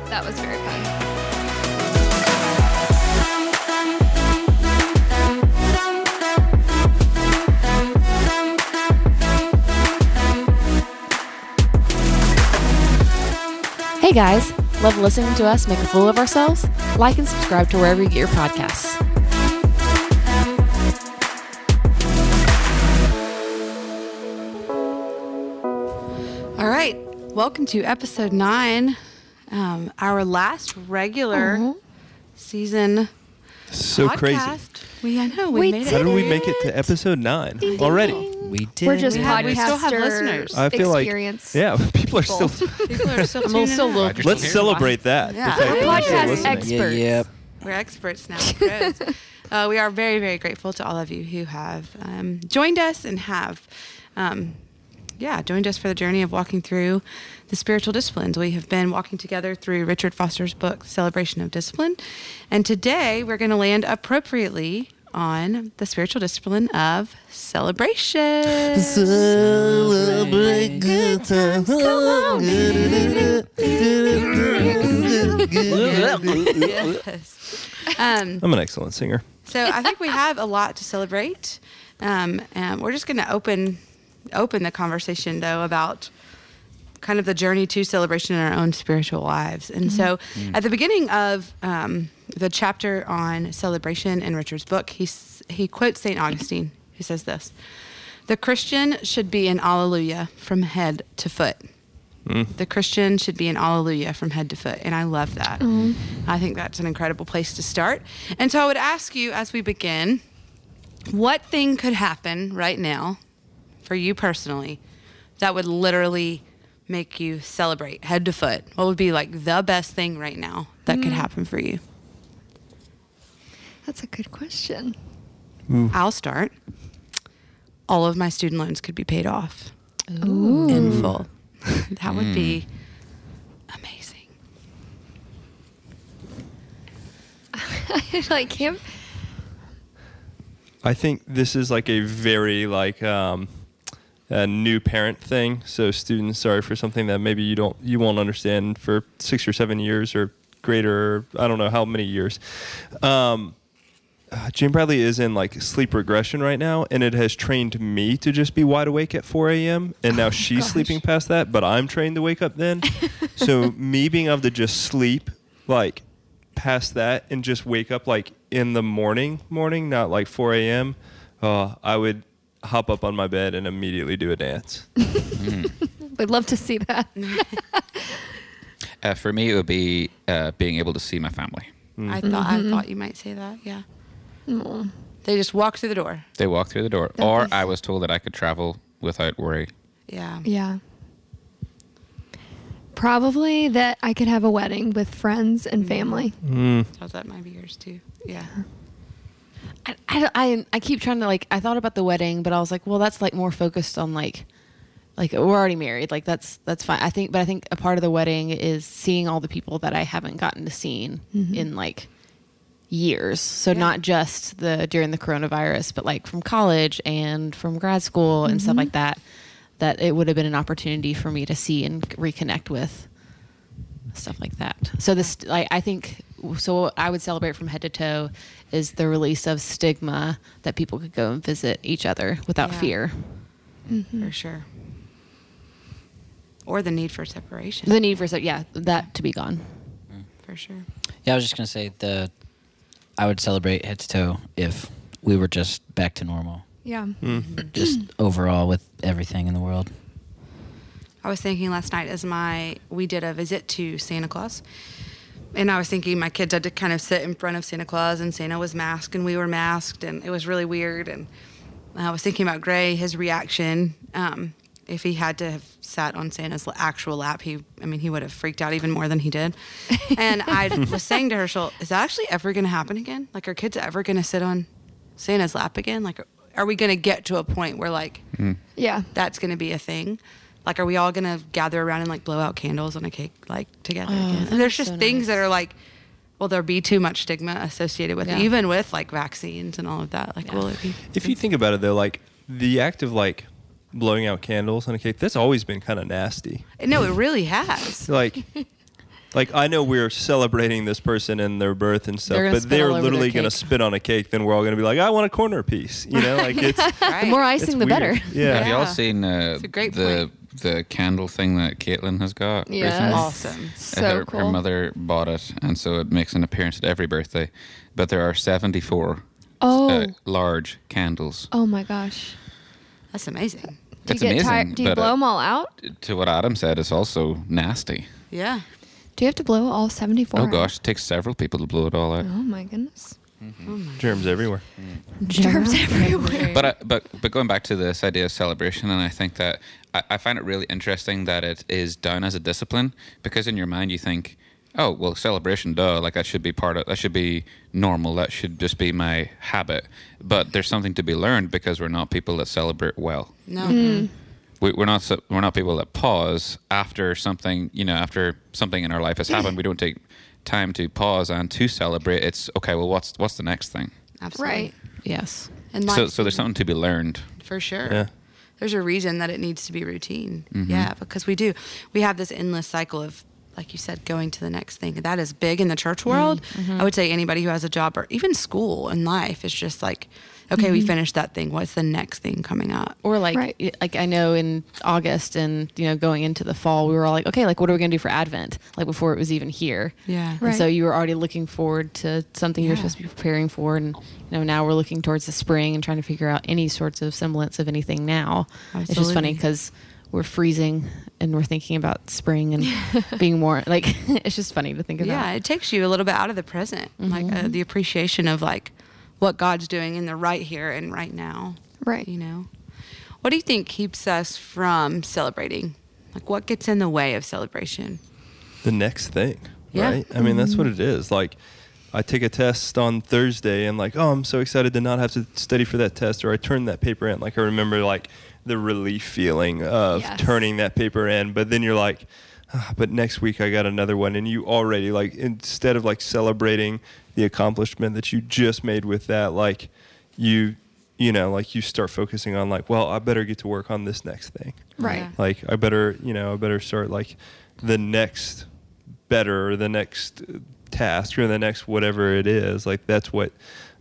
[SPEAKER 5] that was very fun.
[SPEAKER 4] Hey guys, love listening to us make a fool of ourselves? Like and subscribe to wherever you get your podcasts.
[SPEAKER 3] All right. Welcome to episode nine, um, our last regular season
[SPEAKER 9] So crazy.
[SPEAKER 3] podcast. We I know we,
[SPEAKER 5] We
[SPEAKER 3] made
[SPEAKER 9] How
[SPEAKER 3] it.
[SPEAKER 9] did we make it to episode nine already?
[SPEAKER 1] We did.
[SPEAKER 5] We're just
[SPEAKER 1] it.
[SPEAKER 3] have- we
[SPEAKER 5] podcaster
[SPEAKER 3] still have listeners.
[SPEAKER 9] I feel like
[SPEAKER 5] experience.
[SPEAKER 9] yeah, people are still.
[SPEAKER 3] People are still
[SPEAKER 4] I'm also
[SPEAKER 3] tuning
[SPEAKER 4] still
[SPEAKER 3] in.
[SPEAKER 4] little
[SPEAKER 7] Roger.
[SPEAKER 9] Let's
[SPEAKER 7] Here.
[SPEAKER 9] celebrate that. the
[SPEAKER 3] Yeah.
[SPEAKER 9] fact
[SPEAKER 5] We're
[SPEAKER 9] that we're still
[SPEAKER 5] podcast
[SPEAKER 9] listening.
[SPEAKER 5] experts.
[SPEAKER 1] Yeah, yep.
[SPEAKER 3] We're experts now. because, uh, we are very, very grateful to all of you who have um, joined us and have, um, yeah, joined us for the journey of walking through the spiritual disciplines. We have been walking together through Richard Foster's book, Celebration of Discipline. And today we're going to land appropriately on the spiritual discipline of celebration.
[SPEAKER 9] Celebrate good times.
[SPEAKER 5] Oh,
[SPEAKER 3] um,
[SPEAKER 9] I'm an excellent singer.
[SPEAKER 3] So I think we have a lot to celebrate. Um, and we're just going to open open the conversation though about kind of the journey to celebration in our own spiritual lives. And so at the beginning of um, the chapter on celebration in Richard's book, he s- he quotes St. Augustine who says this. The Christian should be an alleluia from head to foot. The Christian should be an alleluia from head to foot. And I love that. I think that's an incredible place to start. And so I would ask you as we begin what thing could happen right now for you personally that would literally make you celebrate head to foot? What would be like the best thing right now that could happen for you?
[SPEAKER 5] That's a good question.
[SPEAKER 3] I'll start. All of my student loans could be paid off in full. that would be amazing.
[SPEAKER 5] like him.
[SPEAKER 9] I think this is like a very like um, a new parent thing. So students, sorry for something that maybe you don't you won't understand for six or seven years or greater. Or I don't know how many years. Um, uh, Jim Bradley is in like sleep regression right now, and it has trained me to just be wide awake at 4 a.m. And now she's
[SPEAKER 5] gosh.
[SPEAKER 9] sleeping past that, but I'm trained to wake up then. so me being able to just sleep like past that and just wake up like in the morning, morning, not like 4 a.m. Uh, I would hop up on my bed and immediately do a dance.
[SPEAKER 5] We'd love to see that.
[SPEAKER 7] Uh, for me, it would be uh, being able to see my family.
[SPEAKER 3] I thought I thought you might say that. Yeah. They just walk through the door.
[SPEAKER 7] They walked through the door,
[SPEAKER 5] That
[SPEAKER 7] or
[SPEAKER 5] is-
[SPEAKER 7] I was told that I could travel without worry.
[SPEAKER 3] Yeah.
[SPEAKER 5] Yeah. Probably that I could have a wedding with friends and family.
[SPEAKER 9] Mm.
[SPEAKER 3] So that might be yours too. Yeah.
[SPEAKER 4] I, I, don't- I, I keep trying to like I thought about the wedding, but I was like, well, that's like more focused on like like we're already married. Like that's that's fine. I think but I think a part of the wedding is seeing all the people that I haven't gotten to see in like years. So
[SPEAKER 3] Mm-hmm. Yeah.
[SPEAKER 4] not just the during the coronavirus, but like from college and from grad school and
[SPEAKER 3] Mm-hmm.
[SPEAKER 4] stuff like that. That it would have been an opportunity for me to see and reconnect with stuff like that. So this, like, I think, so what I would celebrate from head to toe is the release of stigma that people could go and visit each other without
[SPEAKER 3] Yeah.
[SPEAKER 4] fear.
[SPEAKER 3] for sure. Or the need for separation,
[SPEAKER 4] The need for, se- yeah, that to be gone.
[SPEAKER 3] for sure.
[SPEAKER 1] Yeah, I was just gonna say the I would celebrate head to toe if we were just back to normal,
[SPEAKER 5] Yeah.
[SPEAKER 9] Mm.
[SPEAKER 1] just overall with everything in the world.
[SPEAKER 3] I was thinking last night as my we did a visit to Santa Claus, and I was thinking my kids had to kind of sit in front of Santa Claus, and Santa was masked, and we were masked, and it was really weird. And I was thinking about Gray, his reaction. Um, if he had to have sat on Santa's la- actual lap, he, I mean, he would have freaked out even more than he did. And I was saying to Herschel, is that actually ever going to happen again? Like, are kids ever going to sit on Santa's lap again? Like, are we going to get to a point where, like,
[SPEAKER 5] Yeah.
[SPEAKER 3] that's going to be a thing. Like, are we all going to gather around and like blow out candles on a cake, like together? again? And there's just
[SPEAKER 4] Oh, so
[SPEAKER 3] things that
[SPEAKER 4] nice.
[SPEAKER 3] are like, will there be too much stigma associated with
[SPEAKER 4] Yeah.
[SPEAKER 3] it, even with like vaccines and all of that? Like, will it be?
[SPEAKER 2] If you think about it, though, like the act of like blowing out candles on a cake, that's always been kind of nasty.
[SPEAKER 3] No, it really has.
[SPEAKER 2] Like, like I know we're celebrating this person and their birth and stuff,
[SPEAKER 4] They're gonna
[SPEAKER 2] but
[SPEAKER 4] spit
[SPEAKER 2] they're
[SPEAKER 4] all over their
[SPEAKER 2] literally going to
[SPEAKER 4] cake.
[SPEAKER 2] spit on a cake. Then we're all going to be like, I want a corner piece. You know, like it's
[SPEAKER 3] Right.
[SPEAKER 4] The more
[SPEAKER 2] it's
[SPEAKER 4] icing, the
[SPEAKER 2] weird.
[SPEAKER 4] better.
[SPEAKER 2] Yeah.
[SPEAKER 7] Have y'all
[SPEAKER 3] Yeah.
[SPEAKER 7] seen uh,
[SPEAKER 3] It's a great
[SPEAKER 7] the the candle thing that Caitlin has got?
[SPEAKER 5] Yes.
[SPEAKER 7] recently?
[SPEAKER 3] awesome.
[SPEAKER 5] So
[SPEAKER 7] her,
[SPEAKER 5] cool.
[SPEAKER 7] her mother bought it, and so it makes an appearance at every birthday. But there are seventy four
[SPEAKER 5] Oh.
[SPEAKER 7] uh, large candles.
[SPEAKER 5] oh my gosh.
[SPEAKER 3] That's amazing.
[SPEAKER 5] Do
[SPEAKER 7] It's
[SPEAKER 5] you get
[SPEAKER 7] amazing,
[SPEAKER 5] tired? Do you
[SPEAKER 7] but,
[SPEAKER 5] blow
[SPEAKER 7] uh,
[SPEAKER 5] them all out?
[SPEAKER 7] To what Adam said, it's also nasty.
[SPEAKER 3] Yeah.
[SPEAKER 5] Do you have to blow all 74?
[SPEAKER 7] Oh gosh, it takes several people to blow it all out.
[SPEAKER 5] Oh my goodness.
[SPEAKER 2] germs everywhere.
[SPEAKER 5] Germs everywhere.
[SPEAKER 7] But I, but but going back to this idea of celebration, and I think that I, I find it really interesting that it is down as a discipline because in your mind you think, oh well, celebration, duh, like that should be part of that should be normal, that should just be my habit. But there's something to be learned because we're not people that celebrate well.
[SPEAKER 3] No.
[SPEAKER 4] Mm-hmm.
[SPEAKER 7] We, we're not so- we're not people that pause after something you know after something in our life has happened. We don't take time to pause and to celebrate. It's okay. Well, what's what's the next thing?
[SPEAKER 3] Absolutely.
[SPEAKER 5] Right.
[SPEAKER 4] Yes.
[SPEAKER 3] And
[SPEAKER 7] So
[SPEAKER 3] like-
[SPEAKER 7] so there's something to be learned.
[SPEAKER 3] for sure.
[SPEAKER 2] Yeah.
[SPEAKER 3] There's a reason that it needs to be routine. Yeah, because we do. We have this endless cycle of, like you said, going to the next thing. That is big in the church world. I would say anybody who has a job or even school and life is just like, okay, we finished that thing. What's the next thing coming up?
[SPEAKER 4] or like
[SPEAKER 5] Right.
[SPEAKER 4] y- like I know in August and you know going into the fall we were all like okay like what are we gonna do for Advent like before it was even here
[SPEAKER 3] Yeah.
[SPEAKER 4] And so
[SPEAKER 5] Right.
[SPEAKER 4] you were already looking forward to something you're
[SPEAKER 3] Yeah.
[SPEAKER 4] supposed to be preparing for and you know now we're looking towards the spring and trying to figure out any sorts of semblance of anything now it's just funny
[SPEAKER 3] Absolutely.
[SPEAKER 4] because we're freezing and we're thinking about spring and being more like it's just funny to think about
[SPEAKER 3] Yeah, it takes you a little bit out of the present, like uh, the appreciation of like what God's doing in the right here and right now.
[SPEAKER 5] Right.
[SPEAKER 3] You know, what do you think keeps us from celebrating? Like, what gets in the way of celebration?
[SPEAKER 2] the next thing,
[SPEAKER 3] Yeah.
[SPEAKER 2] right? I mean, that's what it is. Like, I take a test on Thursday and like, oh, I'm so excited to not have to study for that test, or I turn that paper in. Like, I remember like the relief feeling of
[SPEAKER 5] Yes.
[SPEAKER 2] turning that paper in, but then you're like. "Ah, But next week I got another one, and you already like instead of like celebrating the accomplishment that you just made with that, like you, you know, like you start focusing on like, well, I better get to work on this next thing
[SPEAKER 5] Right.
[SPEAKER 3] Yeah.
[SPEAKER 2] like i better you know i better start like the next better or the next uh, task or the next whatever it is like that's what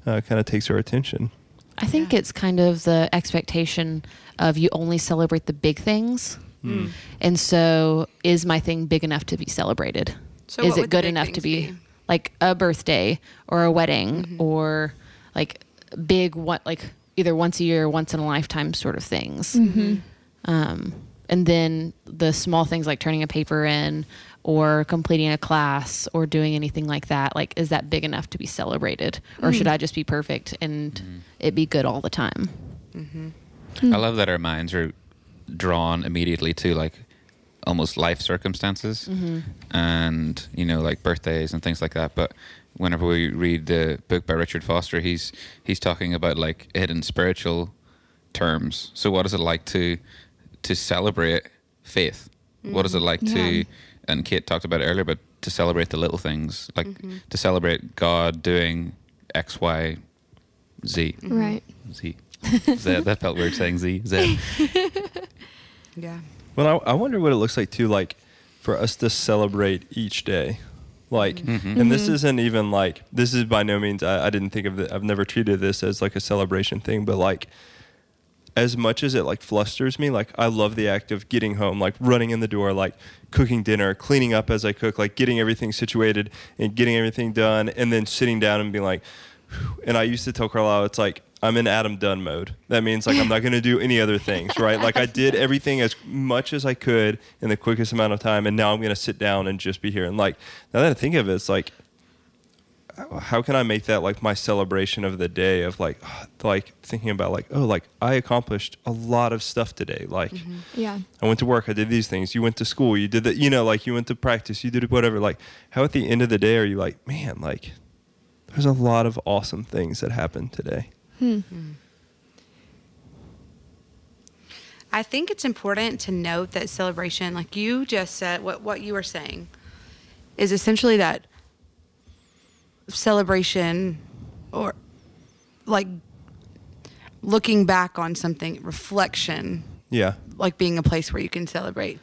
[SPEAKER 2] uh, kind of takes our attention
[SPEAKER 4] I think it's kind of the expectation of you only celebrate the big things.
[SPEAKER 3] Hmm.
[SPEAKER 4] And so, is my thing big enough to be celebrated?
[SPEAKER 3] So
[SPEAKER 4] is
[SPEAKER 3] what
[SPEAKER 4] it
[SPEAKER 3] would the
[SPEAKER 4] good
[SPEAKER 3] big
[SPEAKER 4] enough to
[SPEAKER 3] things
[SPEAKER 4] be,
[SPEAKER 3] be? Mm-hmm.
[SPEAKER 4] like a birthday or a wedding or like big what like either once a year, once in a lifetime sort of things? Um, and then the small things like turning a paper in or completing a class or doing anything like that, like, is that big enough to be celebrated? Or should I just be perfect and it be good all the time?
[SPEAKER 7] I love that our minds are drawn immediately to like almost life circumstances and you know like birthdays and things like that but whenever we read the book by Richard Foster he's he's talking about like it in spiritual terms so what is it like to to celebrate faith what is it like to and Kate talked about it earlier but to celebrate the little things, like to celebrate God doing X, Y, Z.
[SPEAKER 5] Right.
[SPEAKER 7] Z. Z. That felt weird saying Z. Z.
[SPEAKER 3] Yeah.
[SPEAKER 2] Well, I, I wonder what it looks like too, like for us to celebrate each day. Like, and this isn't even like, this is by no means, I, I didn't think of it, I've never treated this as like a celebration thing, but like, as much as it like flusters me, like, I love the act of getting home, like running in the door, like cooking dinner, cleaning up as I cook, like getting everything situated and getting everything done, and then sitting down and being like, whew. and I used to tell Carlisle, it's like, I'm in Adam Dunn mode. That means like I'm not going to do any other things, right? Like I did everything as much as I could in the quickest amount of time, and now I'm going to sit down and just be here. And like now that I think of it, it's like, how can I make that like my celebration of the day of like, like thinking about like, oh, like I accomplished a lot of stuff today. Like
[SPEAKER 3] Mm-hmm.
[SPEAKER 5] Yeah.
[SPEAKER 2] I went to work, I did these things. You went to school, you did that. You know, like you went to practice, you did whatever. Like how at the end of the day are you like, man, like there's a lot of awesome things that happened today.
[SPEAKER 3] I think it's important to note that celebration, like you just said, what what you were saying, is essentially that celebration, or like looking back on something, reflection,
[SPEAKER 2] Yeah.
[SPEAKER 3] like being a place where you can celebrate.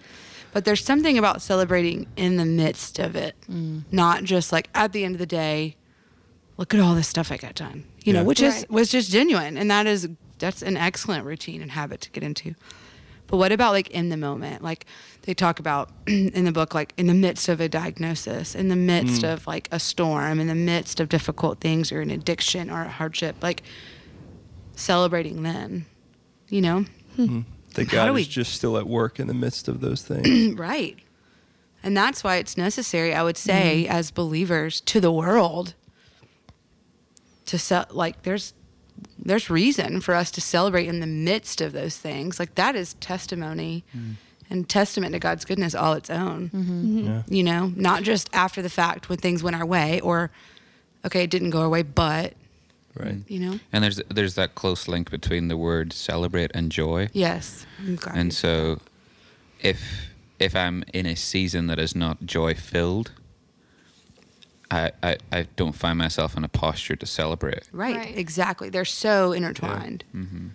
[SPEAKER 3] But there's something about celebrating in the midst of it, not just like at the end of the day, look at all this stuff I got done. You
[SPEAKER 2] Yeah.
[SPEAKER 3] know, which is
[SPEAKER 5] Right.
[SPEAKER 3] was just genuine, and that is that's an excellent routine and habit to get into. But what about like in the moment? Like they talk about in the book, like in the midst of a diagnosis, in the midst of like a storm, in the midst of difficult things or an addiction or a hardship, like celebrating then, you know?
[SPEAKER 2] that
[SPEAKER 3] How do
[SPEAKER 2] God
[SPEAKER 3] we-
[SPEAKER 2] is just still at work in the midst of those things.
[SPEAKER 3] Right. And that's why it's necessary, I would say, as believers to the world to sell like there's there's reason for us to celebrate in the midst of those things. Like that is testimony and testament to God's goodness all its own.
[SPEAKER 2] Yeah.
[SPEAKER 3] You know, not just after the fact when things went our way or okay, it didn't go our way, but
[SPEAKER 2] Right.
[SPEAKER 3] you know?
[SPEAKER 7] and there's there's that close link between the word celebrate and joy.
[SPEAKER 3] Yes. I'm glad you-
[SPEAKER 7] And so, if if I'm in a season that is not joy filled, I, I I don't find myself in a posture to celebrate.
[SPEAKER 3] Right,
[SPEAKER 5] Right.
[SPEAKER 3] exactly. They're so intertwined. And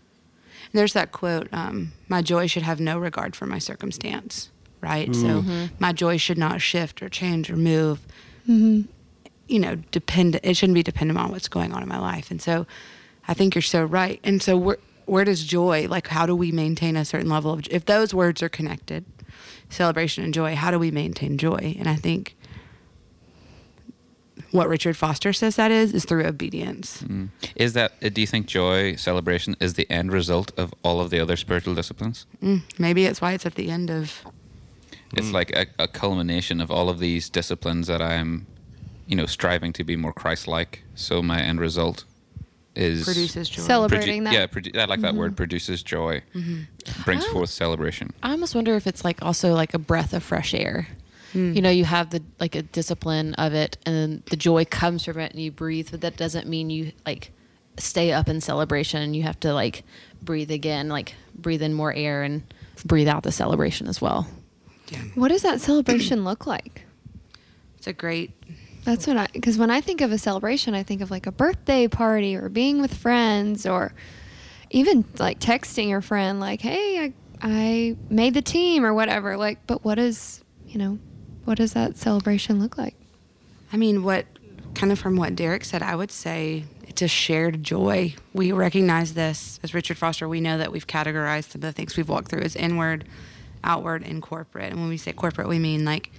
[SPEAKER 3] There's that quote um, My joy should have no regard for my circumstance, right? So my joy should not shift or change or move. You know, depend. It shouldn't be dependent on what's going on in my life. And so, I think you're so right. And so, where where does joy? Like, how do we maintain a certain level of? If those words are connected, celebration and joy. How do we maintain joy? And I think what Richard Foster says that is is through obedience.
[SPEAKER 7] Is that uh, do you think joy celebration is the end result of all of the other spiritual disciplines?
[SPEAKER 3] Maybe it's why it's at the end of.
[SPEAKER 7] It's like a, a culmination of all of these disciplines that I'm, you know, striving to be more Christ-like. So my end result is
[SPEAKER 3] Produces joy.
[SPEAKER 5] Celebrate.
[SPEAKER 7] produ-
[SPEAKER 5] Celebrating that.
[SPEAKER 7] Yeah, produ- I like that
[SPEAKER 3] Mm-hmm.
[SPEAKER 7] word. Produces joy, brings
[SPEAKER 3] Oh.
[SPEAKER 7] forth celebration.
[SPEAKER 4] I almost wonder if it's like also like a breath of fresh air. You know, you have the like a discipline of it, and then the joy comes from it, and you breathe. But that doesn't mean you like stay up in celebration. You have to like breathe again, like breathe in more air and breathe out the celebration as well.
[SPEAKER 5] What does that celebration look like?
[SPEAKER 3] It's a great.
[SPEAKER 5] That's what I because when I think of a celebration, I think of like a birthday party or being with friends or even like texting your friend like, "Hey, I I made the team" or whatever. Like, but what is, you know, what does that celebration look like?
[SPEAKER 3] I mean, what kind of from what Derek said, I would say it's a shared joy. We recognize this as Richard Foster. We know that we've categorized some of the things we've walked through as inward, outward, and corporate. And when we say corporate, we mean like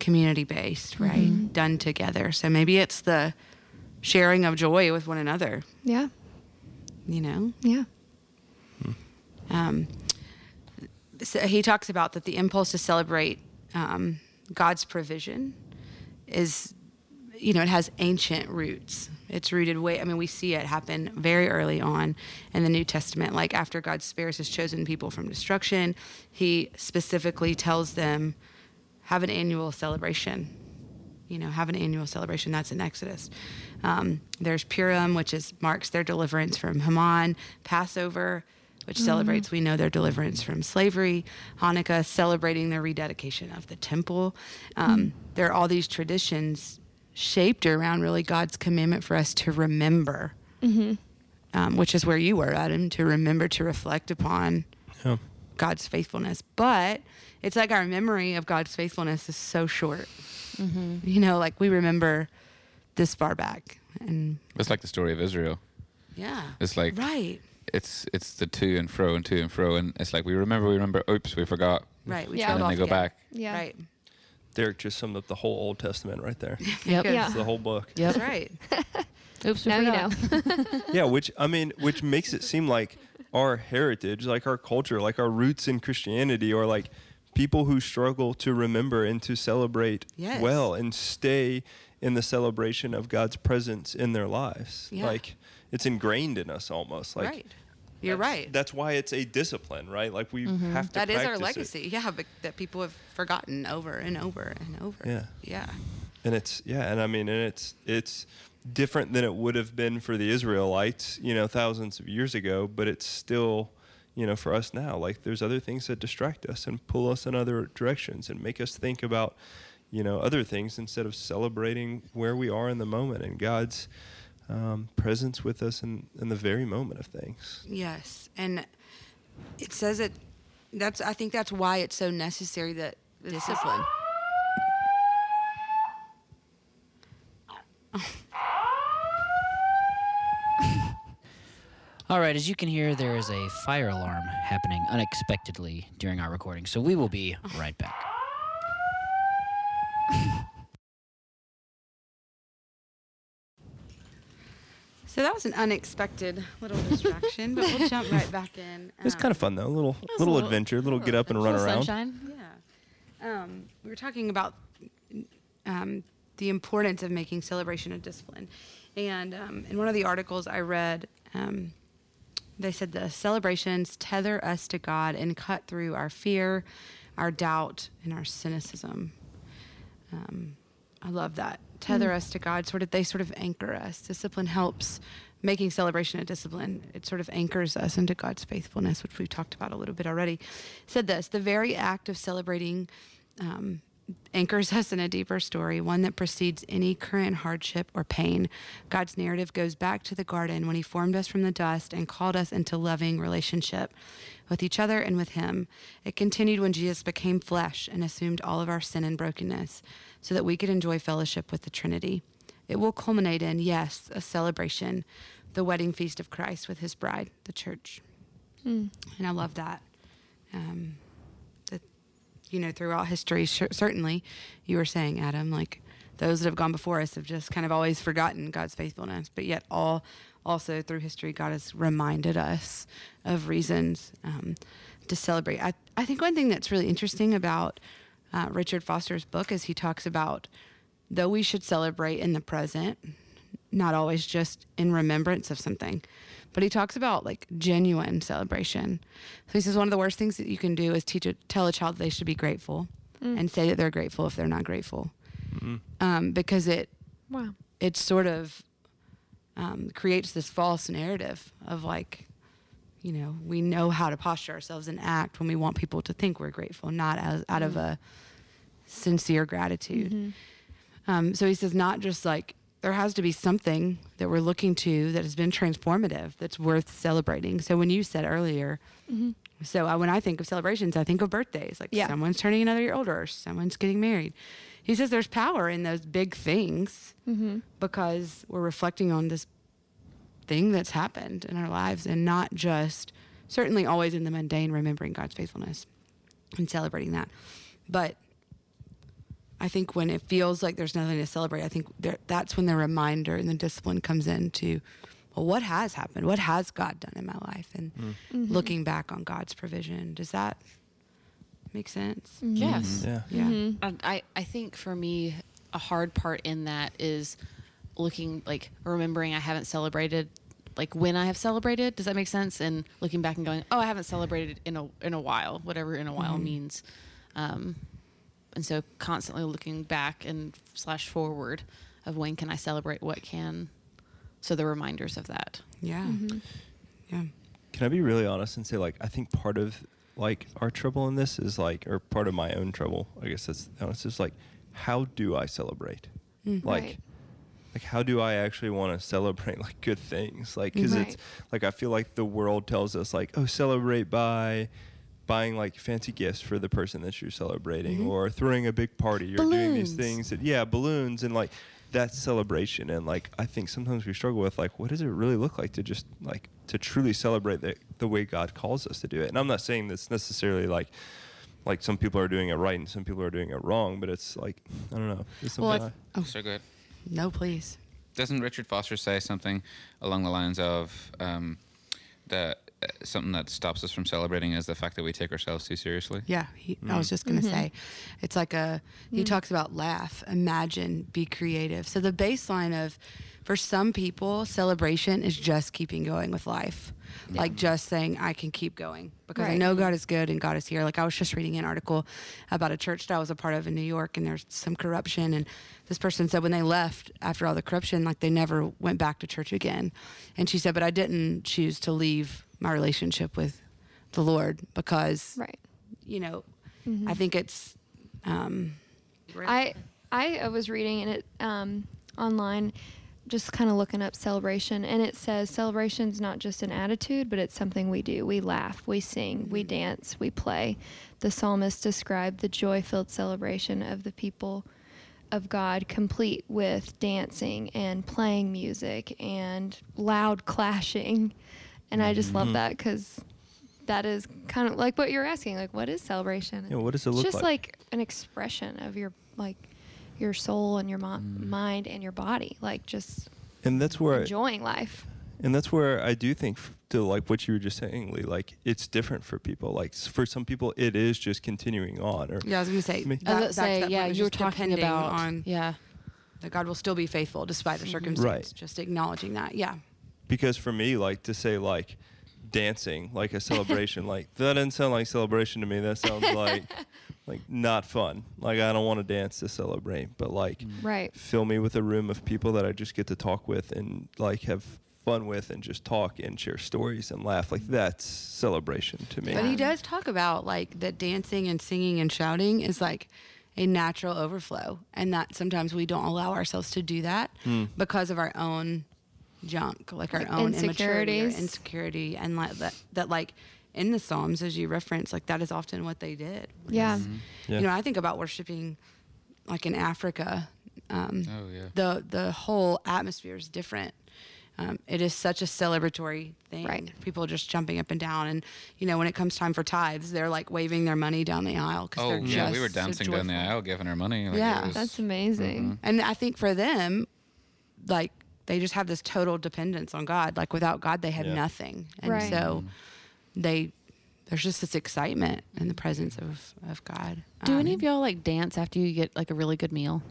[SPEAKER 3] community based, right? Done together. So maybe it's the sharing of joy with one another,
[SPEAKER 5] Yeah.
[SPEAKER 3] you know?
[SPEAKER 5] Yeah.
[SPEAKER 3] um, so he talks about that the impulse to celebrate um, God's provision is, you know, it has ancient roots. It's rooted way. I mean, we see it happen very early on in the New Testament. Like after God spares His chosen people from destruction, He specifically tells them, "Have an annual celebration." you know, have an annual celebration. That's in Exodus. Um, there's Purim, which is marks their deliverance from Haman, Passover, which celebrates, we know, their deliverance from slavery. Hanukkah, celebrating their rededication of the temple. Um, There are all these traditions shaped around really God's commandment for us to remember, um, which is where you were, Adam, to remember, to reflect upon
[SPEAKER 2] Yeah.
[SPEAKER 3] God's faithfulness. But it's like our memory of God's faithfulness is so short. You know, like we remember this far back. And
[SPEAKER 7] It's like the story of Israel.
[SPEAKER 3] yeah.
[SPEAKER 7] It's like
[SPEAKER 3] right.
[SPEAKER 7] it's it's the to and fro and to and fro, and it's like we remember, we remember. Oops, we forgot.
[SPEAKER 3] Right. We
[SPEAKER 5] Yeah.
[SPEAKER 3] trailed
[SPEAKER 7] And then they
[SPEAKER 3] off
[SPEAKER 7] go
[SPEAKER 3] again.
[SPEAKER 7] back.
[SPEAKER 5] Yeah.
[SPEAKER 3] Right.
[SPEAKER 2] Derek just summed up the whole Old Testament right there.
[SPEAKER 4] Yep.
[SPEAKER 5] Yeah.
[SPEAKER 2] It's the whole book.
[SPEAKER 4] Yep.
[SPEAKER 3] That's right.
[SPEAKER 4] Oops. we
[SPEAKER 5] Now you know.
[SPEAKER 4] forgot.
[SPEAKER 2] yeah, which I mean, which makes it seem like our heritage, like our culture, like our roots in Christianity, or like people who struggle to remember and to celebrate
[SPEAKER 3] Yes.
[SPEAKER 2] well and stay in the celebration of God's presence in their lives.
[SPEAKER 3] Yeah.
[SPEAKER 2] Like it's ingrained in us almost. Like
[SPEAKER 3] right.
[SPEAKER 2] that's-
[SPEAKER 3] You're right. Mm-hmm.
[SPEAKER 2] That's why it's a discipline, right? Like we have to.
[SPEAKER 3] That is our
[SPEAKER 2] practice it.
[SPEAKER 3] legacy. Yeah. But that people have forgotten over and over and over.
[SPEAKER 2] Yeah.
[SPEAKER 3] Yeah.
[SPEAKER 2] and it's yeah and i mean and it's it's different than it would have been for the israelites you know thousands of years ago but it's still you know for us now like there's other things that distract us and pull us in other directions and make us think about you know other things instead of celebrating where we are in the moment and god's um, presence with us in, in the very moment of things
[SPEAKER 3] Yes, and it says it. That's I think that's why it's so necessary that discipline.
[SPEAKER 1] All right, as you can hear, there is a fire alarm happening unexpectedly during our recording, so we will be right back.
[SPEAKER 3] So that was an unexpected little distraction, but we'll jump right back in.
[SPEAKER 2] it's kind of fun though a little
[SPEAKER 4] was a
[SPEAKER 2] little
[SPEAKER 4] little-
[SPEAKER 2] adventure little get up and run
[SPEAKER 4] Little
[SPEAKER 2] around
[SPEAKER 4] Sunshine.
[SPEAKER 3] yeah. Um, we were talking about um, the importance of making celebration a discipline, and um, in one of the articles I read. Um, they said the celebrations tether us to God and cut through our fear, our doubt, and our cynicism. Um, I love that. Tether us to God, sort of, they sort of anchor us. Discipline helps making celebration a discipline. It sort of anchors us into God's faithfulness, which we've talked about a little bit already. Said this the very act of celebrating um, anchors us in a deeper story, one that precedes any current hardship or pain. God's narrative goes back to the garden when He formed us from the dust and called us into loving relationship with each other and with Him. It continued when Jesus became flesh and assumed all of our sin and brokenness so that we could enjoy fellowship with the Trinity. It will culminate in, yes, a celebration, the wedding feast of Christ with His bride, the church. And I love that. Um, that you know, throughout history, cer- certainly, you were saying, Adam, like those that have gone before us have just kind of always forgotten God's faithfulness, but yet all also through history, God has reminded us of reasons um, to celebrate. I, I think one thing that's really interesting about uh, Richard Foster's book is he talks about though we should celebrate in the present, not always just in remembrance of something. But he talks about like genuine celebration. So he says one of the worst things that you can do is teach a, tell a child they should be grateful and say that they're grateful if they're not grateful, um, because it
[SPEAKER 5] Wow.
[SPEAKER 3] it sort of um, creates this false narrative of like, you know, we know how to posture ourselves and act when we want people to think we're grateful, not as out of a sincere gratitude. Um, so he says, not just like there has to be something that we're looking to that has been transformative, that's worth celebrating. So when you said earlier, so I, when I think of celebrations, I think of birthdays, like
[SPEAKER 5] Yeah.
[SPEAKER 3] someone's turning another year older, or someone's getting married. He says there's power in those big things because we're reflecting on this thing that's happened in our lives and not just certainly always in the mundane remembering God's faithfulness and celebrating that. But I think when it feels like there's nothing to celebrate, I think there, that's when the reminder and the discipline comes in to, well, what has happened? What has God done in my life? And looking back on God's provision, does that make sense?
[SPEAKER 4] Mm-hmm. Yes.
[SPEAKER 2] yeah
[SPEAKER 3] Yeah.
[SPEAKER 4] And I, I think for me, a hard part in that is looking like remembering I haven't celebrated like when I have celebrated. Does that make sense? And looking back and going, oh, I haven't celebrated in a in a while, whatever in a while
[SPEAKER 3] Mm-hmm.
[SPEAKER 4] means. Um, and so constantly looking back and slash forward of when can I celebrate, what can. So the reminders of that.
[SPEAKER 3] Yeah. Yeah.
[SPEAKER 2] Can I be really honest and say like I think part of like our trouble in this is like or part of my own trouble, I guess that's honest, is like how do I celebrate? Like
[SPEAKER 5] Mm, Right.
[SPEAKER 2] like how do I actually want to celebrate like good things? Like cuz
[SPEAKER 5] Right.
[SPEAKER 2] it's like I feel like the world tells us like oh celebrate by buying like fancy gifts for the person that you're celebrating
[SPEAKER 5] Mm-hmm.
[SPEAKER 2] or throwing a big party or doing these
[SPEAKER 5] Balloons.
[SPEAKER 2] things that yeah balloons and like that celebration and like I think sometimes we struggle with like what does it really look like to just like to truly celebrate the, the way God calls us to do it and I'm not saying that's necessarily like like some people are doing it right and some people are doing it wrong but it's like I don't know It's
[SPEAKER 3] Well,
[SPEAKER 2] something
[SPEAKER 3] if-
[SPEAKER 2] I-
[SPEAKER 3] Oh.
[SPEAKER 7] So good.
[SPEAKER 3] No, please.
[SPEAKER 7] Doesn't Richard Foster say something along the lines of um, that uh, something that stops us from celebrating is the fact that we take ourselves too seriously?
[SPEAKER 3] Yeah, he, I was just gonna say, it's like a. He talks about laugh, imagine, be creative. So the baseline of, for some people, celebration is just keeping going with life, like just saying I can keep going because I
[SPEAKER 5] Right.
[SPEAKER 3] know God is good and God is here. Like I was just reading an article about a church that I was a part of in New York, and there's some corruption, and this person said when they left after all the corruption, like they never went back to church again, and she said, but I didn't choose to leave my relationship with the Lord because
[SPEAKER 5] Right.
[SPEAKER 3] you know,
[SPEAKER 4] Mm-hmm.
[SPEAKER 3] I think it's um,
[SPEAKER 5] I I uh, was reading and it um, online, just kind of looking up celebration, and it says celebration's not just an attitude, but it's something we do. We laugh, we sing, we dance, we play. The psalmist described the joy-filled celebration of the people of God, complete with dancing and playing music and loud clashing, and I just love that because. That is kind of like what you're asking. Like, what is celebration?
[SPEAKER 2] Yeah, what does it
[SPEAKER 5] It's
[SPEAKER 2] look
[SPEAKER 5] just
[SPEAKER 2] like?
[SPEAKER 5] like like an expression of your like your soul and your mo-
[SPEAKER 2] Mm.
[SPEAKER 5] mind and your body like just
[SPEAKER 2] and that's where I-
[SPEAKER 5] enjoying life
[SPEAKER 2] And that's where I do think f- to like what you were just saying, Lee, like it's different for people. Like s- for some people it is just continuing on or
[SPEAKER 3] yeah, I was gonna say.
[SPEAKER 2] I mean-
[SPEAKER 4] I
[SPEAKER 3] back-
[SPEAKER 4] was
[SPEAKER 3] back
[SPEAKER 4] gonna say,
[SPEAKER 3] to that
[SPEAKER 4] yeah,
[SPEAKER 3] point, it's
[SPEAKER 4] you were
[SPEAKER 3] just
[SPEAKER 4] talking
[SPEAKER 3] depending
[SPEAKER 4] about
[SPEAKER 3] on
[SPEAKER 4] yeah,
[SPEAKER 3] that God will still be faithful despite the circumstance.
[SPEAKER 2] Right.
[SPEAKER 3] Just acknowledging that, yeah.
[SPEAKER 2] because for me, like to say like dancing, like a celebration, like that doesn't sound like celebration to me. That sounds like like not fun. Like I don't want to dance to celebrate, but like
[SPEAKER 5] right
[SPEAKER 2] fill me with a room of people that I just get to talk with and like have fun with and just talk and share stories and laugh. Like that's celebration to me.
[SPEAKER 3] But he does talk about like that dancing and singing and shouting is like a natural overflow, and that sometimes we don't allow ourselves to do that because of our own junk, like our
[SPEAKER 5] Like
[SPEAKER 3] own immaturity or
[SPEAKER 5] insecurities.
[SPEAKER 3] insecurity, and like that, that like in the Psalms, as you reference, like that is often what they did.
[SPEAKER 5] yeah
[SPEAKER 2] Yeah.
[SPEAKER 3] You know, I think about worshiping like in Africa. Um,
[SPEAKER 7] Oh, yeah.
[SPEAKER 3] The the whole atmosphere is different. Um, it is such a celebratory thing.
[SPEAKER 5] Right.
[SPEAKER 3] People just jumping up and down, and you know when it comes time for tithes, they're like waving their money down the aisle. 'cause
[SPEAKER 7] Oh
[SPEAKER 3] they're
[SPEAKER 7] yeah, we
[SPEAKER 3] just
[SPEAKER 7] were
[SPEAKER 3] so
[SPEAKER 7] dancing down the
[SPEAKER 3] joyful.
[SPEAKER 7] aisle, giving her money. Like, it
[SPEAKER 3] Yeah,
[SPEAKER 7] was-
[SPEAKER 5] that's amazing
[SPEAKER 2] Mm-hmm.
[SPEAKER 3] And I think for them, like they just have this total dependence on God. Like without God, they have
[SPEAKER 2] Yeah.
[SPEAKER 3] nothing, and
[SPEAKER 5] Right.
[SPEAKER 3] so
[SPEAKER 7] Mm-hmm.
[SPEAKER 3] they there's just this excitement in the presence of of God.
[SPEAKER 4] Do any
[SPEAKER 3] Um,
[SPEAKER 4] of y'all like dance after you get like a really good meal?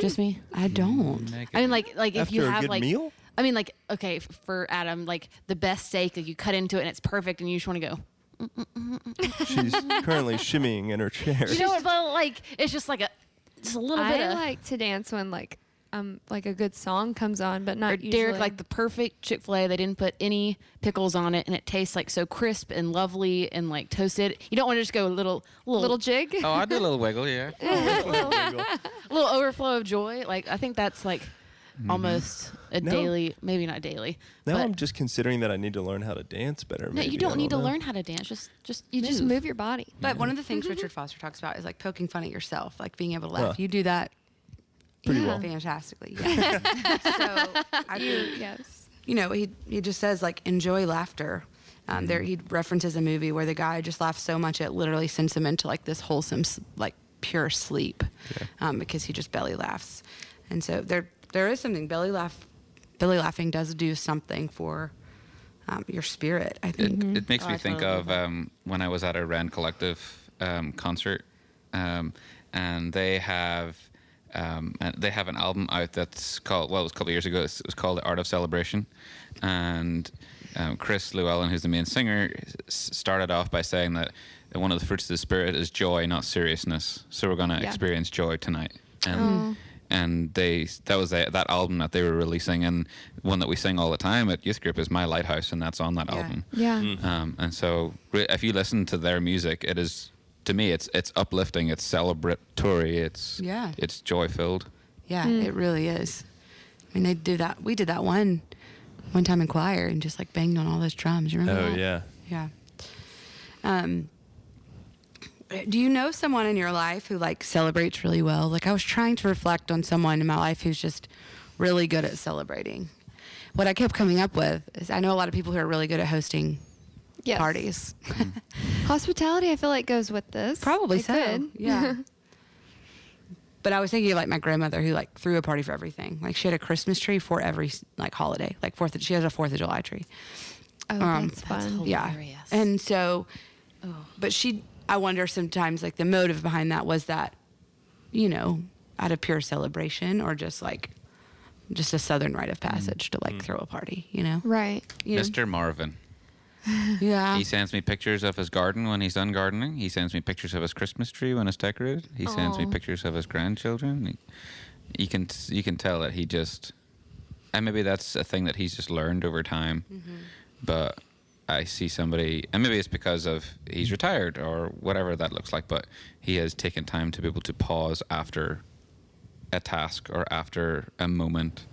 [SPEAKER 4] Just me.
[SPEAKER 3] I don't.
[SPEAKER 7] Mm-hmm.
[SPEAKER 4] I mean, like, like if you
[SPEAKER 2] After a
[SPEAKER 4] have
[SPEAKER 2] good
[SPEAKER 4] like,
[SPEAKER 2] meal?
[SPEAKER 4] I mean, like, okay, f- for Adam, like the best steak, like you cut into it and it's perfect, and you just want to go.
[SPEAKER 2] She's currently shimmying in her chair.
[SPEAKER 4] You know what? But like, it's just like a, just a little bit
[SPEAKER 5] i
[SPEAKER 4] of
[SPEAKER 5] like to dance when like um like a good song comes on but not
[SPEAKER 4] or Derek,
[SPEAKER 5] usually.
[SPEAKER 4] like the perfect Chick Fil A. They didn't put any pickles on it, and it tastes like so crisp and lovely and like toasted. You don't want to just go a little, little,
[SPEAKER 5] little jig
[SPEAKER 7] oh, I did a little wiggle, yeah.
[SPEAKER 4] little overflow of joy. Like I think that's like almost a
[SPEAKER 2] Mm-hmm. No.
[SPEAKER 4] daily, maybe not daily.
[SPEAKER 2] Now
[SPEAKER 4] but
[SPEAKER 2] I'm just considering that I need to learn how to dance better.
[SPEAKER 4] no, you don't need to learn how to dance. Just, just
[SPEAKER 5] you just move your body
[SPEAKER 3] But one of the things Richard Foster talks about is like poking fun at yourself, like being able to laugh. You do that
[SPEAKER 2] Pretty
[SPEAKER 3] yeah,
[SPEAKER 2] well.
[SPEAKER 3] fantastically. Yeah. so I do,
[SPEAKER 5] yes
[SPEAKER 3] you know, he he just says like enjoy laughter. Um,
[SPEAKER 2] Mm-hmm.
[SPEAKER 3] there he references a movie where the guy just laughs so much it literally sends him into like this wholesome s- like pure sleep um, because he just belly laughs, and so there there is something belly laugh belly laughing does do something for um, your spirit. I
[SPEAKER 7] It,
[SPEAKER 3] think
[SPEAKER 7] it makes
[SPEAKER 4] Oh,
[SPEAKER 7] me
[SPEAKER 4] I
[SPEAKER 7] think
[SPEAKER 4] totally
[SPEAKER 7] of um, when I was at a Rand Collective um, concert, um, and they have um, uh, they have an album out that's called well, it was a couple of years ago. It's- It was called The Art of Celebration, and um, Chris Llewellyn, who's the main singer, s- started off by saying that one of the fruits of the spirit is joy, not seriousness. So we're going to
[SPEAKER 5] Yeah.
[SPEAKER 3] Oh.
[SPEAKER 7] experience joy tonight, and and they that was a, that album that they were releasing, and one that we sing all the time at youth group is "My Lighthouse," and that's on that
[SPEAKER 3] Yeah.
[SPEAKER 7] album.
[SPEAKER 5] Yeah.
[SPEAKER 2] Mm.
[SPEAKER 7] Um, and so, re- if you listen to their music, it is to me, it's it's uplifting, it's celebratory, it's
[SPEAKER 3] Yeah.
[SPEAKER 7] it's joy filled.
[SPEAKER 3] Yeah, it really is. I mean, they do that. We did that one, one time in choir and just like banged on all those drums. You remember?
[SPEAKER 9] Oh,
[SPEAKER 3] that?
[SPEAKER 9] yeah.
[SPEAKER 3] Yeah. Um, do you know someone in your life who like celebrates really well? Like I was trying to reflect on someone in my life who's just really good at celebrating. What I kept coming up with is I know a lot of people who are really good at hosting
[SPEAKER 5] Yes.
[SPEAKER 3] parties.
[SPEAKER 2] Mm-hmm.
[SPEAKER 5] Hospitality, I feel like goes with this.
[SPEAKER 3] Probably
[SPEAKER 5] It
[SPEAKER 3] so.
[SPEAKER 5] could.
[SPEAKER 3] Yeah. but I was thinking of, like my grandmother who like threw a party for everything. Like she had a Christmas tree for every like holiday. Like Fourth, of, she has a Fourth of July tree.
[SPEAKER 5] Oh,
[SPEAKER 3] Um,
[SPEAKER 5] that's fun.
[SPEAKER 3] Yeah.
[SPEAKER 4] Hilarious.
[SPEAKER 3] And so, but she, I wonder sometimes like the motive behind that was that, you know, out of pure celebration or just like, just a southern rite of passage to like throw a party, you know?
[SPEAKER 5] Right.
[SPEAKER 3] You know?
[SPEAKER 7] Mr. Marvin.
[SPEAKER 3] Yeah.
[SPEAKER 7] He sends me pictures of his garden when he's done gardening. He sends me pictures of his Christmas tree when it's decorated. He sends me
[SPEAKER 5] Aw.
[SPEAKER 7] pictures of his grandchildren. He- you can you can tell that he just, and maybe that's a thing that he's just learned over time. But I see somebody, and maybe it's because of he's retired or whatever that looks like. But he has taken time to be able to pause after a task or after a moment,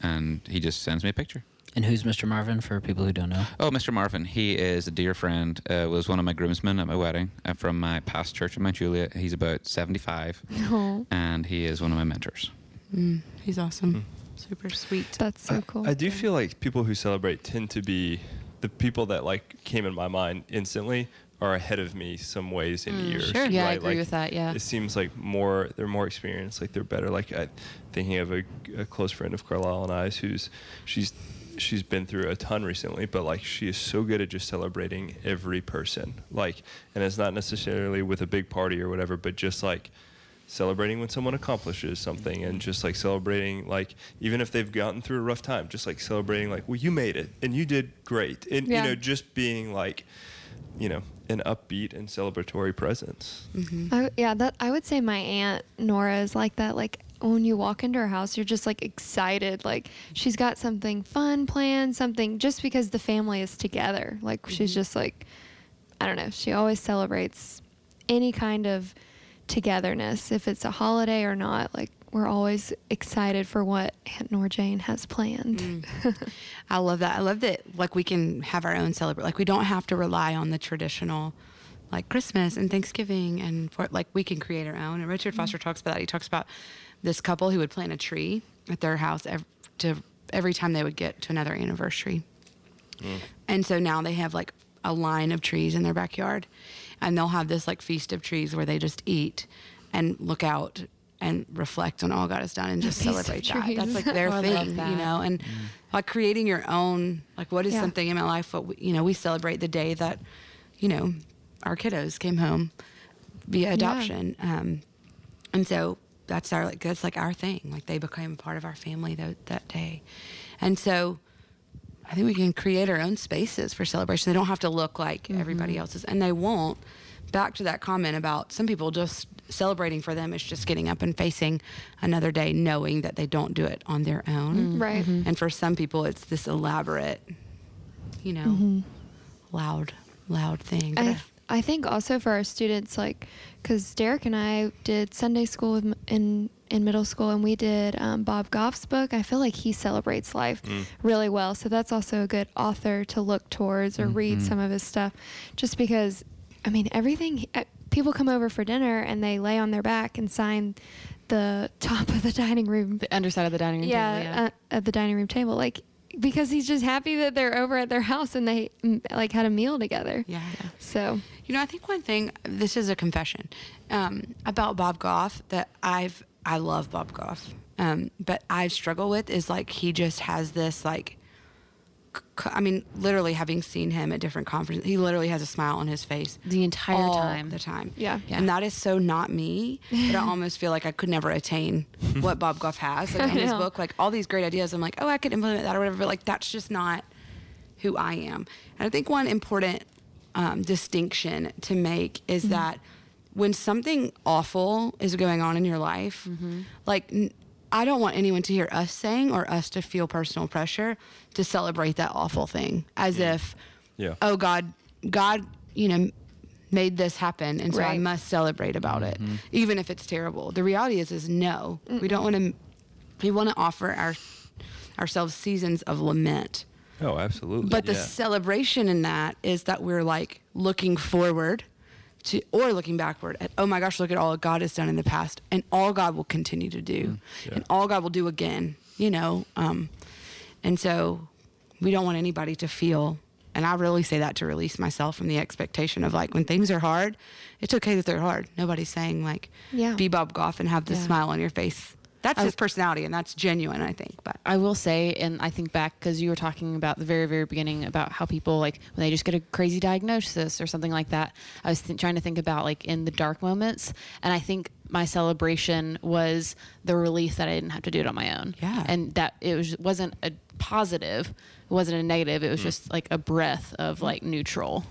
[SPEAKER 7] and he just sends me a picture.
[SPEAKER 1] And who's Mr. Marvin for people who don't know?
[SPEAKER 7] Oh, Mr. Marvin, he is a dear friend. Uh, was one of my groomsmen at my wedding uh, from my past church in Mount Juliet. He's about seventy-five,
[SPEAKER 5] Oh,
[SPEAKER 7] and he is one of my mentors.
[SPEAKER 3] He's awesome. Super sweet.
[SPEAKER 5] that's so cool.
[SPEAKER 9] I do feel like people who celebrate tend to be the people that like came in my mind instantly are ahead of me some ways in years.
[SPEAKER 4] Mm, sure. Yeah, I agree
[SPEAKER 9] Like,
[SPEAKER 4] with that, yeah.
[SPEAKER 9] it seems like more they're more experienced, like they're better. Like I, thinking of a, a close friend of Carlisle and I's, who's she's she's been through a ton recently, but like she is so good at just celebrating every person. Like, and it's not necessarily with a big party or whatever, but just like celebrating when someone accomplishes something and just like celebrating like even if they've gotten through a rough time just like celebrating like well you made it and you did great and
[SPEAKER 5] Yeah.
[SPEAKER 9] you know just being like you know an upbeat and celebratory presence
[SPEAKER 5] I, yeah, that I would say my aunt Nora is like that. Like when you walk into her house, you're just like excited. Like she's got something fun planned, something just because the family is together. Like she's just like, I don't know. She always celebrates any kind of togetherness, if it's a holiday or not. Like we're always excited for what Aunt Nora Jane has planned.
[SPEAKER 3] I love that. I love that like we can have our own celebrate. Like we don't have to rely on the traditional like Christmas and Thanksgiving and for like we can create our own. And
[SPEAKER 4] Mm-hmm.
[SPEAKER 3] Richard Foster talks about that. He talks about this couple who would plant a tree at their house ev- to every time they would get to another anniversary.
[SPEAKER 4] Mm.
[SPEAKER 3] And so now they have like a line of trees in their backyard and they'll have this like feast of trees where they just eat and look out and reflect on all God has done and just
[SPEAKER 5] feast of
[SPEAKER 3] celebrate that.
[SPEAKER 5] trees.
[SPEAKER 3] That's like their
[SPEAKER 4] Oh, I love
[SPEAKER 3] thing, you
[SPEAKER 4] that.
[SPEAKER 3] know, and like creating your own, like what is
[SPEAKER 5] Yeah.
[SPEAKER 3] something in my life, what, we, you know, we celebrate the day that, you know, our kiddos came home via adoption. Um, and so that's our, like, that's like our thing. Like they became part of our family that, that day. And so, I think we can create our own spaces for celebration. They don't have to look like
[SPEAKER 5] Mm-hmm.
[SPEAKER 3] everybody else's, and they won't. Back to that comment about some people just celebrating for them is just getting up and facing another day, knowing that they don't do it on their own.
[SPEAKER 5] Mm-hmm. Right.
[SPEAKER 3] And for some people, it's this elaborate, you know, loud, loud thing. But
[SPEAKER 5] Mm-hmm. I, I think also for our students, like, because Derek and I did Sunday school with, m- in in middle school, and we did um, Bob Goff's book. I feel like he celebrates life really well, so that's also a good author to look towards or read some of his stuff, just because, I mean, everything. uh, People come over for dinner and they lay on their back and sign the top of the dining room
[SPEAKER 4] The underside of the dining room.
[SPEAKER 5] yeah,
[SPEAKER 4] table,
[SPEAKER 5] At, at the dining room table like because he's just happy that they're over at their house and they mm, like had a meal together
[SPEAKER 3] Yeah, yeah.
[SPEAKER 5] so
[SPEAKER 3] You know, I think one thing. This is a confession um, about Bob Goff that I've. I love Bob Goff, um, but I struggle with is like he just has this like. c- c- I mean, literally having seen him at different conferences, he literally has a smile on his face
[SPEAKER 4] The entire
[SPEAKER 3] all
[SPEAKER 4] time.
[SPEAKER 3] The time,
[SPEAKER 5] Yeah.
[SPEAKER 4] Yeah.
[SPEAKER 3] And that is so not me. But I almost feel like I could never attain what Bob Goff has like, in his
[SPEAKER 5] know.
[SPEAKER 3] book. Like all these great ideas, I'm like, oh, I could implement that or whatever. But like that's just not who I am. And I think one important um, distinction to make is that when something awful is going on in your life, like n- I don't want anyone to hear us saying or us to feel personal pressure to celebrate that awful thing as if,
[SPEAKER 9] Yeah.
[SPEAKER 3] oh God, God, you know, made this happen, and so I
[SPEAKER 5] Right.
[SPEAKER 3] must celebrate about it, even if it's terrible. The reality is, is no, we don't want to. We want to offer our ourselves seasons of lament.
[SPEAKER 9] Oh, absolutely.
[SPEAKER 3] But the
[SPEAKER 9] yeah.
[SPEAKER 3] celebration in that is that we're like looking forward to or looking backward at oh my gosh, look at all God has done in the past and all God will continue to do and all God will do again, you know. Um, and so we don't want anybody to feel and I really say that to release myself from the expectation of like when things are hard, it's okay that they're hard. Nobody's saying like
[SPEAKER 5] Yeah.
[SPEAKER 3] be Bob Goff and have the
[SPEAKER 4] Yeah.
[SPEAKER 3] smile on your face. That's his personality and that's genuine, I think. But
[SPEAKER 4] I will say, and I think back because you were talking about the very, very beginning about how people like when they just get a crazy diagnosis or something like that. I was th- trying to think about like in the dark moments, and I think my celebration was the relief that I didn't have to do it on my own.
[SPEAKER 3] Yeah.
[SPEAKER 4] and that it was wasn't a positive, it wasn't a negative. It was just like a breath of like neutral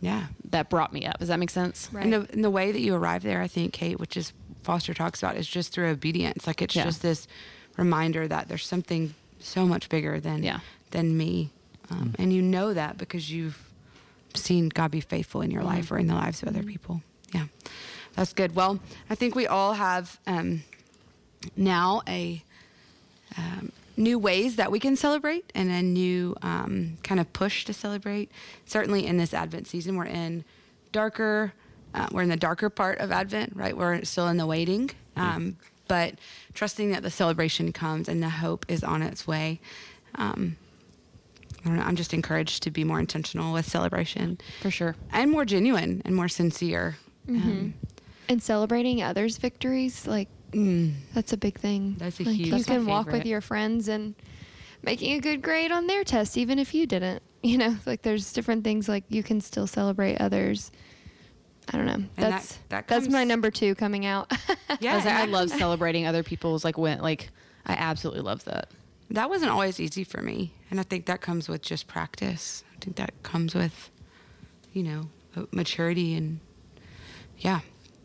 [SPEAKER 3] yeah.
[SPEAKER 4] that brought me up. Does that make sense?
[SPEAKER 5] Right.
[SPEAKER 3] And the, and the way that you arrive there, I think, Kate, which is Foster talks about, is just through obedience. Like it's
[SPEAKER 4] Yeah.
[SPEAKER 3] just this reminder that there's something so much bigger than
[SPEAKER 4] Yeah.
[SPEAKER 3] than me, um, and you know that because you've seen God be faithful in your
[SPEAKER 4] Mm-hmm.
[SPEAKER 3] life or in the lives of other people. Yeah, that's good. Well, I think we all have um, now a new ways that we can celebrate and a new um, kind of push to celebrate. Certainly in this Advent season, we're in darker, uh, we're in the darker part of Advent, right? We're still in the waiting,
[SPEAKER 4] Mm.
[SPEAKER 3] um, but trusting that the celebration comes and the hope is on its way. Um, I don't know, I'm just encouraged to be more intentional with celebration
[SPEAKER 4] For sure.
[SPEAKER 3] and more genuine and more sincere. Um,
[SPEAKER 5] And celebrating others' victories, like
[SPEAKER 4] Mm.
[SPEAKER 5] that's a big thing.
[SPEAKER 3] That's a
[SPEAKER 5] Like,
[SPEAKER 3] huge-
[SPEAKER 5] You
[SPEAKER 3] That's
[SPEAKER 4] my
[SPEAKER 5] can walk with
[SPEAKER 4] favorite.
[SPEAKER 5] your friends and making a good grade on their test, even if you didn't. You know, like there's different things like you can still celebrate others. I don't know.
[SPEAKER 3] that-
[SPEAKER 5] That's
[SPEAKER 3] that
[SPEAKER 5] that's my
[SPEAKER 3] comes-
[SPEAKER 5] number two coming out.
[SPEAKER 3] Yeah,
[SPEAKER 4] I, was like,
[SPEAKER 3] and
[SPEAKER 4] I
[SPEAKER 3] that-
[SPEAKER 4] love celebrating other people's like went like I absolutely love that.
[SPEAKER 3] that wasn't always easy for me and i think that comes with just practice i think that comes with you know uh, maturity and yeah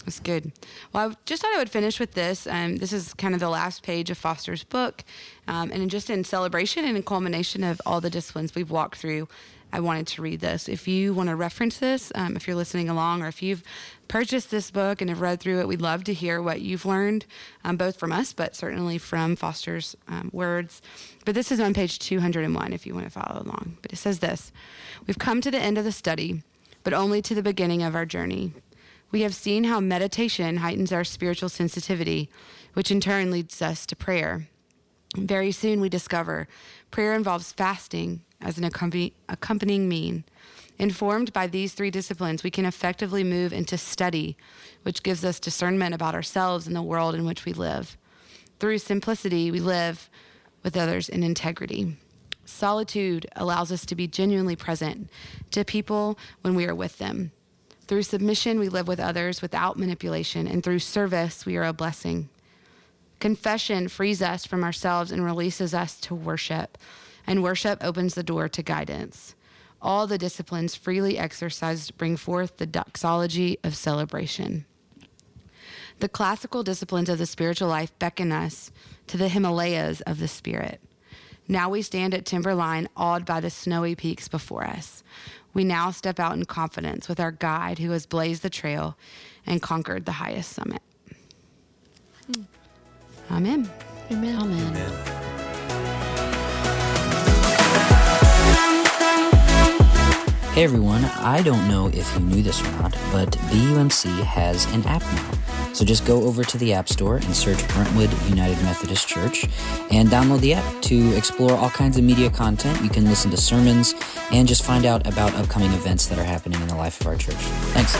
[SPEAKER 3] that's good well i just thought i would finish with this um, this is kind of the last page of foster's book um, and just in celebration and in culmination of all the disciplines we've walked through i wanted to read this if you want to reference this um, if you're listening along or if you've purchased this book and have read through it we'd love to hear what you've learned um, both from us but certainly from foster's um, words but this is on page 201 if you want to follow along but it says this we've come to the end of the study but only to the beginning of our journey. We have seen how meditation heightens our spiritual sensitivity, which in turn leads us to prayer. Very soon we discover prayer involves fasting as an accompan- accompanying mean. Informed by these three disciplines, we can effectively move into study, which gives us discernment about ourselves and the world in which we live. Through simplicity, we live with others in integrity. Solitude allows us to be genuinely present to people when we are with them. Through submission, we live with others without manipulation, and through service, we are a blessing. Confession frees us from ourselves and releases us to worship, and worship opens the door to guidance. All the disciplines freely exercised bring forth the doxology of celebration. The classical disciplines of the spiritual life beckon us to the Himalayas of the spirit. Now we stand at timberline, awed by the snowy peaks before us. We now step out in confidence with our guide who has blazed the trail and conquered the highest summit. Hmm. Amen.
[SPEAKER 5] Amen.
[SPEAKER 4] Amen.
[SPEAKER 1] Hey everyone, I don't know if you knew this or not, but BUMC has an app now. So just go over to the App Store and search Brentwood United Methodist Church and download the app to explore all kinds of media content. You can listen to sermons and just find out about upcoming events that are happening in the life of our church. Thanks.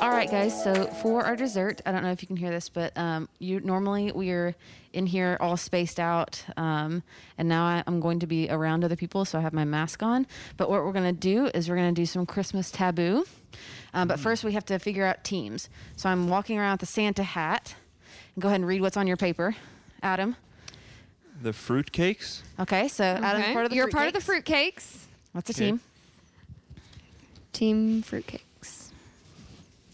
[SPEAKER 4] All right, guys. So for our dessert, I don't know if you can hear this, but um, you normally we're in here all spaced out, um, and now I, I'm going to be around other people, so I have my mask on. But what we're gonna do is we're gonna do some Christmas taboo. Um, but first, we have to figure out teams. So I'm walking around with a Santa hat. Go ahead and read what's on your paper, Adam.
[SPEAKER 9] the fruitcakes.
[SPEAKER 4] Okay, so Adam's part of the
[SPEAKER 5] You're part of the
[SPEAKER 4] fruitcakes.
[SPEAKER 5] fruitcakes.
[SPEAKER 4] That's a
[SPEAKER 9] Okay.
[SPEAKER 4] team.
[SPEAKER 5] Team fruitcakes.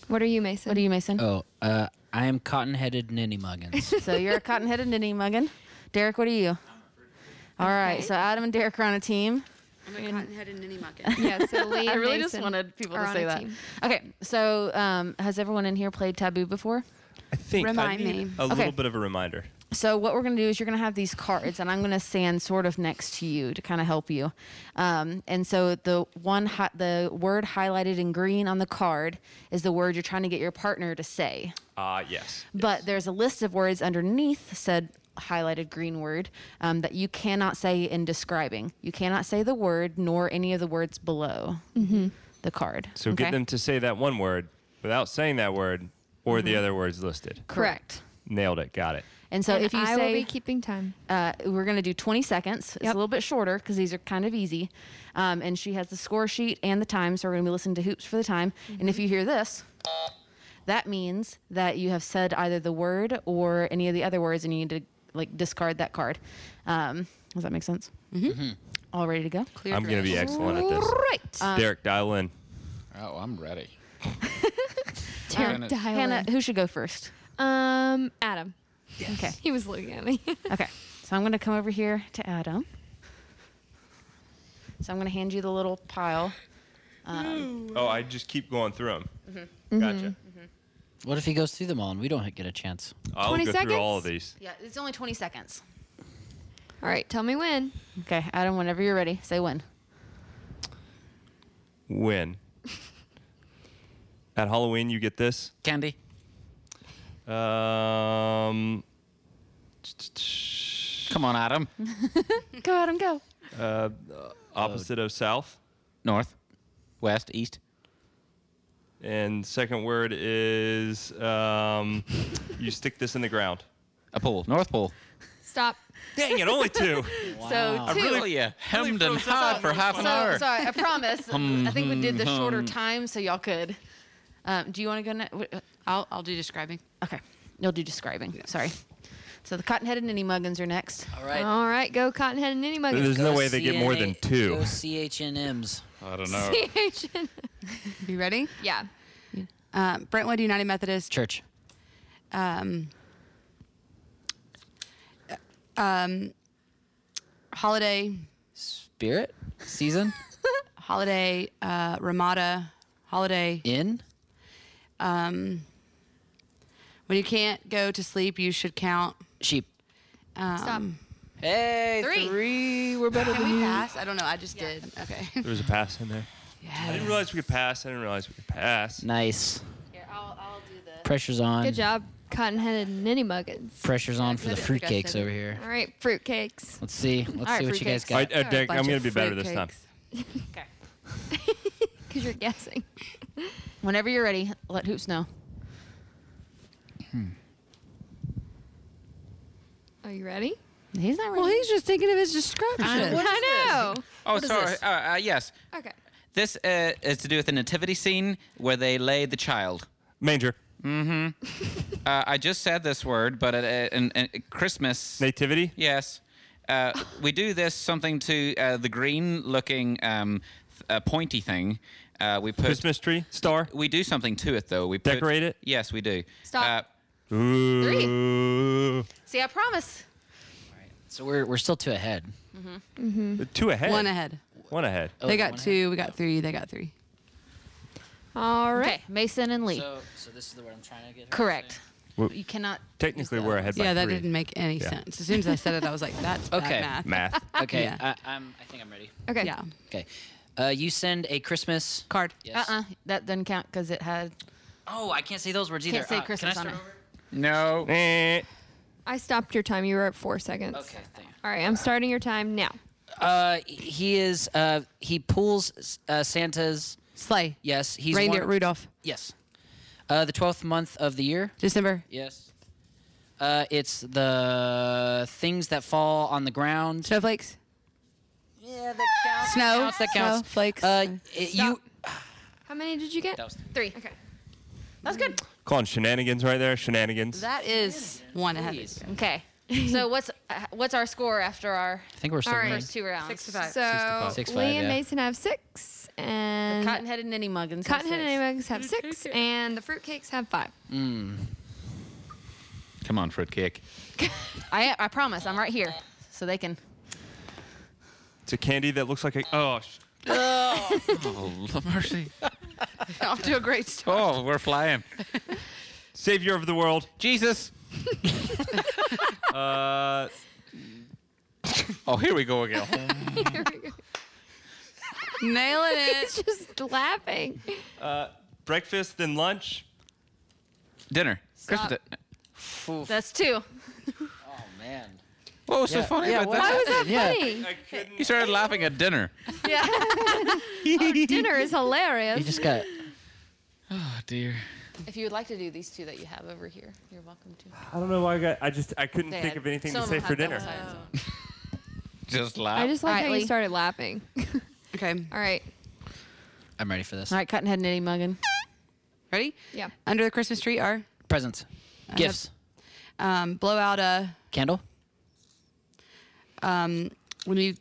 [SPEAKER 5] What are you, Mason?
[SPEAKER 4] What are you, Mason?
[SPEAKER 6] Oh, uh, I am cotton-headed ninny muggins.
[SPEAKER 4] So you're a cotton-headed ninny muggin. Derek, what are you? All right.
[SPEAKER 5] Okay.
[SPEAKER 4] So Adam and Derek are on a team.
[SPEAKER 3] I'm a cotton headed ninny mucket.
[SPEAKER 5] Yeah, so Lee.
[SPEAKER 4] I
[SPEAKER 5] and
[SPEAKER 4] really just
[SPEAKER 5] Mason
[SPEAKER 4] wanted people
[SPEAKER 5] are
[SPEAKER 4] to
[SPEAKER 5] on
[SPEAKER 4] say
[SPEAKER 5] a
[SPEAKER 4] that.
[SPEAKER 5] team.
[SPEAKER 4] Okay. So um, has everyone in here played Taboo before?
[SPEAKER 2] I think
[SPEAKER 3] Remind
[SPEAKER 2] I need
[SPEAKER 3] me.
[SPEAKER 2] a
[SPEAKER 4] Okay.
[SPEAKER 2] little bit of a reminder.
[SPEAKER 4] So what we're going to do is you're going to have these cards, and I'm going to stand sort of next to you to kind of help you. Um, and so the one hi- the word highlighted in green on the card is the word you're trying to get your partner to say.
[SPEAKER 10] Ah, yes.
[SPEAKER 4] But there's a list of words underneath said highlighted green word um, that you cannot say in describing. You cannot say the word nor any of the words below the card.
[SPEAKER 10] So
[SPEAKER 4] okay?
[SPEAKER 10] get them to say that one word without saying that word or the other words listed.
[SPEAKER 4] correct.
[SPEAKER 10] Nailed it. Got it.
[SPEAKER 4] And so
[SPEAKER 5] And
[SPEAKER 4] if you
[SPEAKER 5] I
[SPEAKER 4] say
[SPEAKER 5] will be keeping time.
[SPEAKER 4] uh, we're going to do 20 seconds. It's
[SPEAKER 5] Yep.
[SPEAKER 4] a little bit shorter because these are kind of easy. Um, and she has the score sheet and the time, so we're going to be listening to hoops for the time. And
[SPEAKER 5] Mm-hmm.
[SPEAKER 4] if you hear this, that means that you have said either the word or any of the other words, and you need to like discard that card. Um, does that make sense? Mm-hmm. All ready to go?
[SPEAKER 3] Clear
[SPEAKER 10] I'm going to be
[SPEAKER 3] direction.
[SPEAKER 10] excellent at this.
[SPEAKER 5] Right.
[SPEAKER 10] Derek, dial in.
[SPEAKER 11] Oh, I'm ready.
[SPEAKER 5] Derek
[SPEAKER 11] Hannah-
[SPEAKER 5] Dylan.
[SPEAKER 4] Hannah, who should go first?
[SPEAKER 5] Um, Adam.
[SPEAKER 4] Okay.
[SPEAKER 5] He was looking at me.
[SPEAKER 4] Okay. So I'm going to come over here to Adam. So I'm going to hand you the little pile.
[SPEAKER 2] Oh, I just keep going through them. Gotcha. Mm-hmm.
[SPEAKER 6] what if he goes through them all and we don't get a chance?
[SPEAKER 2] I'll
[SPEAKER 5] 20
[SPEAKER 2] go
[SPEAKER 5] seconds?
[SPEAKER 2] through all of these.
[SPEAKER 4] Yeah, it's only 20 seconds.
[SPEAKER 5] All right, tell me when.
[SPEAKER 4] Okay, Adam, whenever you're ready, say when.
[SPEAKER 2] When? At Halloween, you get this.
[SPEAKER 6] Candy.
[SPEAKER 2] Um,
[SPEAKER 7] Come on, Adam.
[SPEAKER 4] Go, Adam, go.
[SPEAKER 2] opposite of south.
[SPEAKER 7] North, west, east.
[SPEAKER 2] And second word is um, you stick this in the ground.
[SPEAKER 7] A pole. North pole.
[SPEAKER 5] Stop.
[SPEAKER 2] Dang it, only two.
[SPEAKER 4] So two.
[SPEAKER 7] Really? Yeah. Hemmed and hawed for half an
[SPEAKER 4] so
[SPEAKER 7] hour. Hmm,
[SPEAKER 4] sorry, I promise. I think we did the shorter time, so y'all could. Um, do you want to go? Ne- w- uh,
[SPEAKER 3] I'll, I'll do describing.
[SPEAKER 4] okay, you'll do describing. Sorry. So the cotton-headed ninny muggins are next.
[SPEAKER 6] All right.
[SPEAKER 5] All right, go Cottonhead and
[SPEAKER 2] There's
[SPEAKER 5] any muggins.
[SPEAKER 2] no way they get more than two.
[SPEAKER 6] Go CHNMs.
[SPEAKER 7] I don't know.
[SPEAKER 3] You ready?
[SPEAKER 5] yeah.
[SPEAKER 3] Um, Brentwood United Methodist.
[SPEAKER 6] Church.
[SPEAKER 3] Um, uh, um, holiday,
[SPEAKER 6] Spirit. Season.
[SPEAKER 3] holiday, uh, Ramada, holiday.
[SPEAKER 6] In.
[SPEAKER 3] Um, when you can't go to sleep, you should count.
[SPEAKER 6] Sheep.
[SPEAKER 3] Um,
[SPEAKER 5] Stop.
[SPEAKER 6] Hey,
[SPEAKER 3] Three.
[SPEAKER 6] three. We're better
[SPEAKER 3] Can
[SPEAKER 6] than
[SPEAKER 3] we
[SPEAKER 6] you.
[SPEAKER 3] pass? I don't know. I just did. Okay.
[SPEAKER 2] There was a pass in there. I didn't realize we could pass. I didn't realize we could pass.
[SPEAKER 6] Nice.
[SPEAKER 4] Here, I'll, I'll do the.
[SPEAKER 6] Pressure's on.
[SPEAKER 5] Good job, Cottonhead and any muggins.
[SPEAKER 6] Pressure's on for the
[SPEAKER 3] I think I
[SPEAKER 6] fruitcakes
[SPEAKER 3] said it.
[SPEAKER 6] over here.
[SPEAKER 5] All right, fruitcakes.
[SPEAKER 6] Let's see. Let's
[SPEAKER 4] right,
[SPEAKER 6] see what you guys
[SPEAKER 4] fruitcakes.
[SPEAKER 2] All
[SPEAKER 6] got.
[SPEAKER 2] right, uh, Derek,
[SPEAKER 3] Bunch
[SPEAKER 2] I'm going
[SPEAKER 3] of
[SPEAKER 2] to be better this time.
[SPEAKER 3] fruitcakes.
[SPEAKER 4] Okay.
[SPEAKER 5] Because you're guessing.
[SPEAKER 4] Whenever you're ready, let Hoops know.
[SPEAKER 5] Are you ready?
[SPEAKER 4] He's not ready.
[SPEAKER 3] Well, he's just thinking of his description.
[SPEAKER 5] I know.
[SPEAKER 7] Oh, sorry. Uh, uh, yes.
[SPEAKER 5] Okay.
[SPEAKER 7] This uh, is to do with the nativity scene where they lay the child.
[SPEAKER 2] Manger,
[SPEAKER 7] Uh, I just said this word, but at, uh, in, in Christmas.
[SPEAKER 2] nativity,
[SPEAKER 7] Yes. Uh, we do this something to uh, the green looking um, th- uh, pointy thing. Uh, we put.
[SPEAKER 2] Christmas tree, star.
[SPEAKER 7] We do something to it though. We put,
[SPEAKER 2] Decorate it?
[SPEAKER 7] Yes, we do.
[SPEAKER 4] Stop.
[SPEAKER 7] Uh,
[SPEAKER 2] Ooh.
[SPEAKER 4] See, I promise.
[SPEAKER 6] So we're we're still two ahead.
[SPEAKER 2] Two ahead.
[SPEAKER 3] One ahead.
[SPEAKER 2] One ahead.
[SPEAKER 6] Oh,
[SPEAKER 3] they
[SPEAKER 6] one
[SPEAKER 3] got
[SPEAKER 6] ahead.
[SPEAKER 3] two. We got three. They got three.
[SPEAKER 5] All right.
[SPEAKER 4] Okay, Mason and Lee.
[SPEAKER 6] So, so this is the word I'm trying to get. her to
[SPEAKER 4] Correct.
[SPEAKER 2] Well,
[SPEAKER 4] You cannot.
[SPEAKER 2] Technically, we're ahead by
[SPEAKER 3] yeah, that
[SPEAKER 2] three.
[SPEAKER 3] didn't make any
[SPEAKER 2] Yeah.
[SPEAKER 3] sense. As soon as I said it, I was like, that's bad
[SPEAKER 6] Okay.
[SPEAKER 3] math.
[SPEAKER 2] Math.
[SPEAKER 6] say. Okay,
[SPEAKER 3] Yeah.
[SPEAKER 6] I, I'm. I think I'm ready.
[SPEAKER 5] Okay.
[SPEAKER 3] Yeah.
[SPEAKER 6] Okay, uh, you send a Christmas.
[SPEAKER 3] Card.
[SPEAKER 6] Yes.
[SPEAKER 4] Uh uh That doesn't count because it had.
[SPEAKER 6] Oh, I can't say those words either.
[SPEAKER 4] Can't say
[SPEAKER 6] Uh,
[SPEAKER 4] Christmas
[SPEAKER 6] can I
[SPEAKER 4] on
[SPEAKER 6] start
[SPEAKER 7] no.
[SPEAKER 2] Eh.
[SPEAKER 5] I stopped your time. You were at four seconds.
[SPEAKER 6] over? Okay. Thank you.
[SPEAKER 5] All right, I'm starting your time now.
[SPEAKER 6] Uh, he is. Uh, he pulls uh, Santa's.
[SPEAKER 3] Sleigh.
[SPEAKER 6] Yes, he's
[SPEAKER 3] Reindeer
[SPEAKER 6] one-
[SPEAKER 3] Rudolph.
[SPEAKER 6] Yes. Uh, the twelfth month of the year.
[SPEAKER 3] December.
[SPEAKER 6] Yes. Uh, it's the things that fall on the ground.
[SPEAKER 3] Snowflakes.
[SPEAKER 6] yeah, that counts.
[SPEAKER 3] Snow.
[SPEAKER 6] counts, that counts.
[SPEAKER 3] Snowflakes.
[SPEAKER 6] Uh, it- you.
[SPEAKER 5] How many did you get?
[SPEAKER 6] That was-
[SPEAKER 4] Three. Okay. That's good.
[SPEAKER 2] Calling shenanigans right there. Shenanigans.
[SPEAKER 3] that is one ahead.
[SPEAKER 6] Please.
[SPEAKER 4] Okay. so what's uh, what's our score after our
[SPEAKER 6] I think we're still
[SPEAKER 5] All right.
[SPEAKER 6] winning.
[SPEAKER 4] first two rounds?
[SPEAKER 12] Six to five.
[SPEAKER 5] So
[SPEAKER 6] Six,
[SPEAKER 5] Lee
[SPEAKER 6] five,
[SPEAKER 5] and
[SPEAKER 6] yeah.
[SPEAKER 5] Mason have six, and
[SPEAKER 4] Cottonhead and Ninny Muggins. have
[SPEAKER 5] Cottonhead
[SPEAKER 4] six.
[SPEAKER 5] and Eggmugs have six, and the fruitcakes have five.
[SPEAKER 7] Come on, fruitcake.
[SPEAKER 4] I I promise I'm right here, so they can.
[SPEAKER 2] It's a candy that looks like a. Oh, sh-
[SPEAKER 7] Oh, love mercy.
[SPEAKER 3] Off to a great start.
[SPEAKER 7] Oh, we're flying.
[SPEAKER 2] savior of the world.
[SPEAKER 7] Jesus.
[SPEAKER 2] Uh,
[SPEAKER 7] Oh, here we go again.
[SPEAKER 3] Nailing it.
[SPEAKER 5] It's just laughing.
[SPEAKER 2] breakfast, then lunch.
[SPEAKER 7] Dinner. Christmas.
[SPEAKER 4] Stop.
[SPEAKER 7] di-
[SPEAKER 4] That's two.
[SPEAKER 6] Oh man.
[SPEAKER 7] What was so funny about that?
[SPEAKER 5] Why was that funny?
[SPEAKER 2] I couldn't.
[SPEAKER 7] He started laughing at dinner.
[SPEAKER 4] Yeah.
[SPEAKER 5] Dinner is
[SPEAKER 6] You
[SPEAKER 5] hilarious.
[SPEAKER 6] just got.
[SPEAKER 7] Oh dear.
[SPEAKER 4] if you would like to do these two that you have over here, you're welcome to.
[SPEAKER 2] I don't know why I got. I just I couldn't
[SPEAKER 4] They
[SPEAKER 2] think
[SPEAKER 4] had-
[SPEAKER 2] of anything
[SPEAKER 4] some
[SPEAKER 2] to
[SPEAKER 4] of
[SPEAKER 2] say
[SPEAKER 4] them
[SPEAKER 2] for
[SPEAKER 4] had double
[SPEAKER 2] dinner.
[SPEAKER 4] sides.
[SPEAKER 7] Just laugh.
[SPEAKER 5] I just like
[SPEAKER 4] All right,
[SPEAKER 5] how
[SPEAKER 4] Lee.
[SPEAKER 5] you started laughing.
[SPEAKER 3] Okay.
[SPEAKER 5] All right.
[SPEAKER 6] I'm ready for this.
[SPEAKER 4] All right, Cottonhead and Ninny Muggin.
[SPEAKER 3] Ready?
[SPEAKER 5] Yeah.
[SPEAKER 3] Under the Christmas tree are
[SPEAKER 6] Presents, gifts,
[SPEAKER 3] um, blow out a
[SPEAKER 6] candle.
[SPEAKER 3] um, when you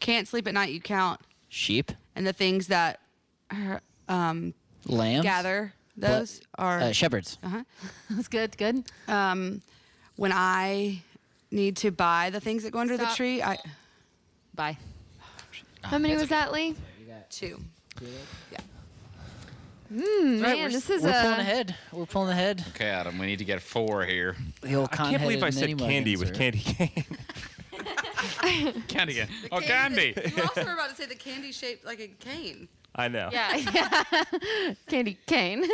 [SPEAKER 3] can't sleep at night, you count
[SPEAKER 6] sheep,
[SPEAKER 3] and the things that uh, um,
[SPEAKER 6] lambs,
[SPEAKER 3] gather
[SPEAKER 6] but-
[SPEAKER 3] those are
[SPEAKER 6] uh, shepherds.
[SPEAKER 4] That's good. Good.
[SPEAKER 3] um, when I need to buy the things that go under the
[SPEAKER 5] Stop.
[SPEAKER 3] tree. I
[SPEAKER 4] Bye.
[SPEAKER 5] How many was that, Lee?
[SPEAKER 3] two.
[SPEAKER 5] Man, this is
[SPEAKER 6] we're
[SPEAKER 5] a.
[SPEAKER 6] pulling ahead. We're pulling ahead.
[SPEAKER 7] okay, Adam, we need to get four here.
[SPEAKER 6] The old
[SPEAKER 2] I can't believe I said candy with candy cane.
[SPEAKER 7] Candy again. Oh, candy.
[SPEAKER 3] You also were about to say the candy shaped like a cane.
[SPEAKER 2] I know.
[SPEAKER 4] Yeah. Candy cane.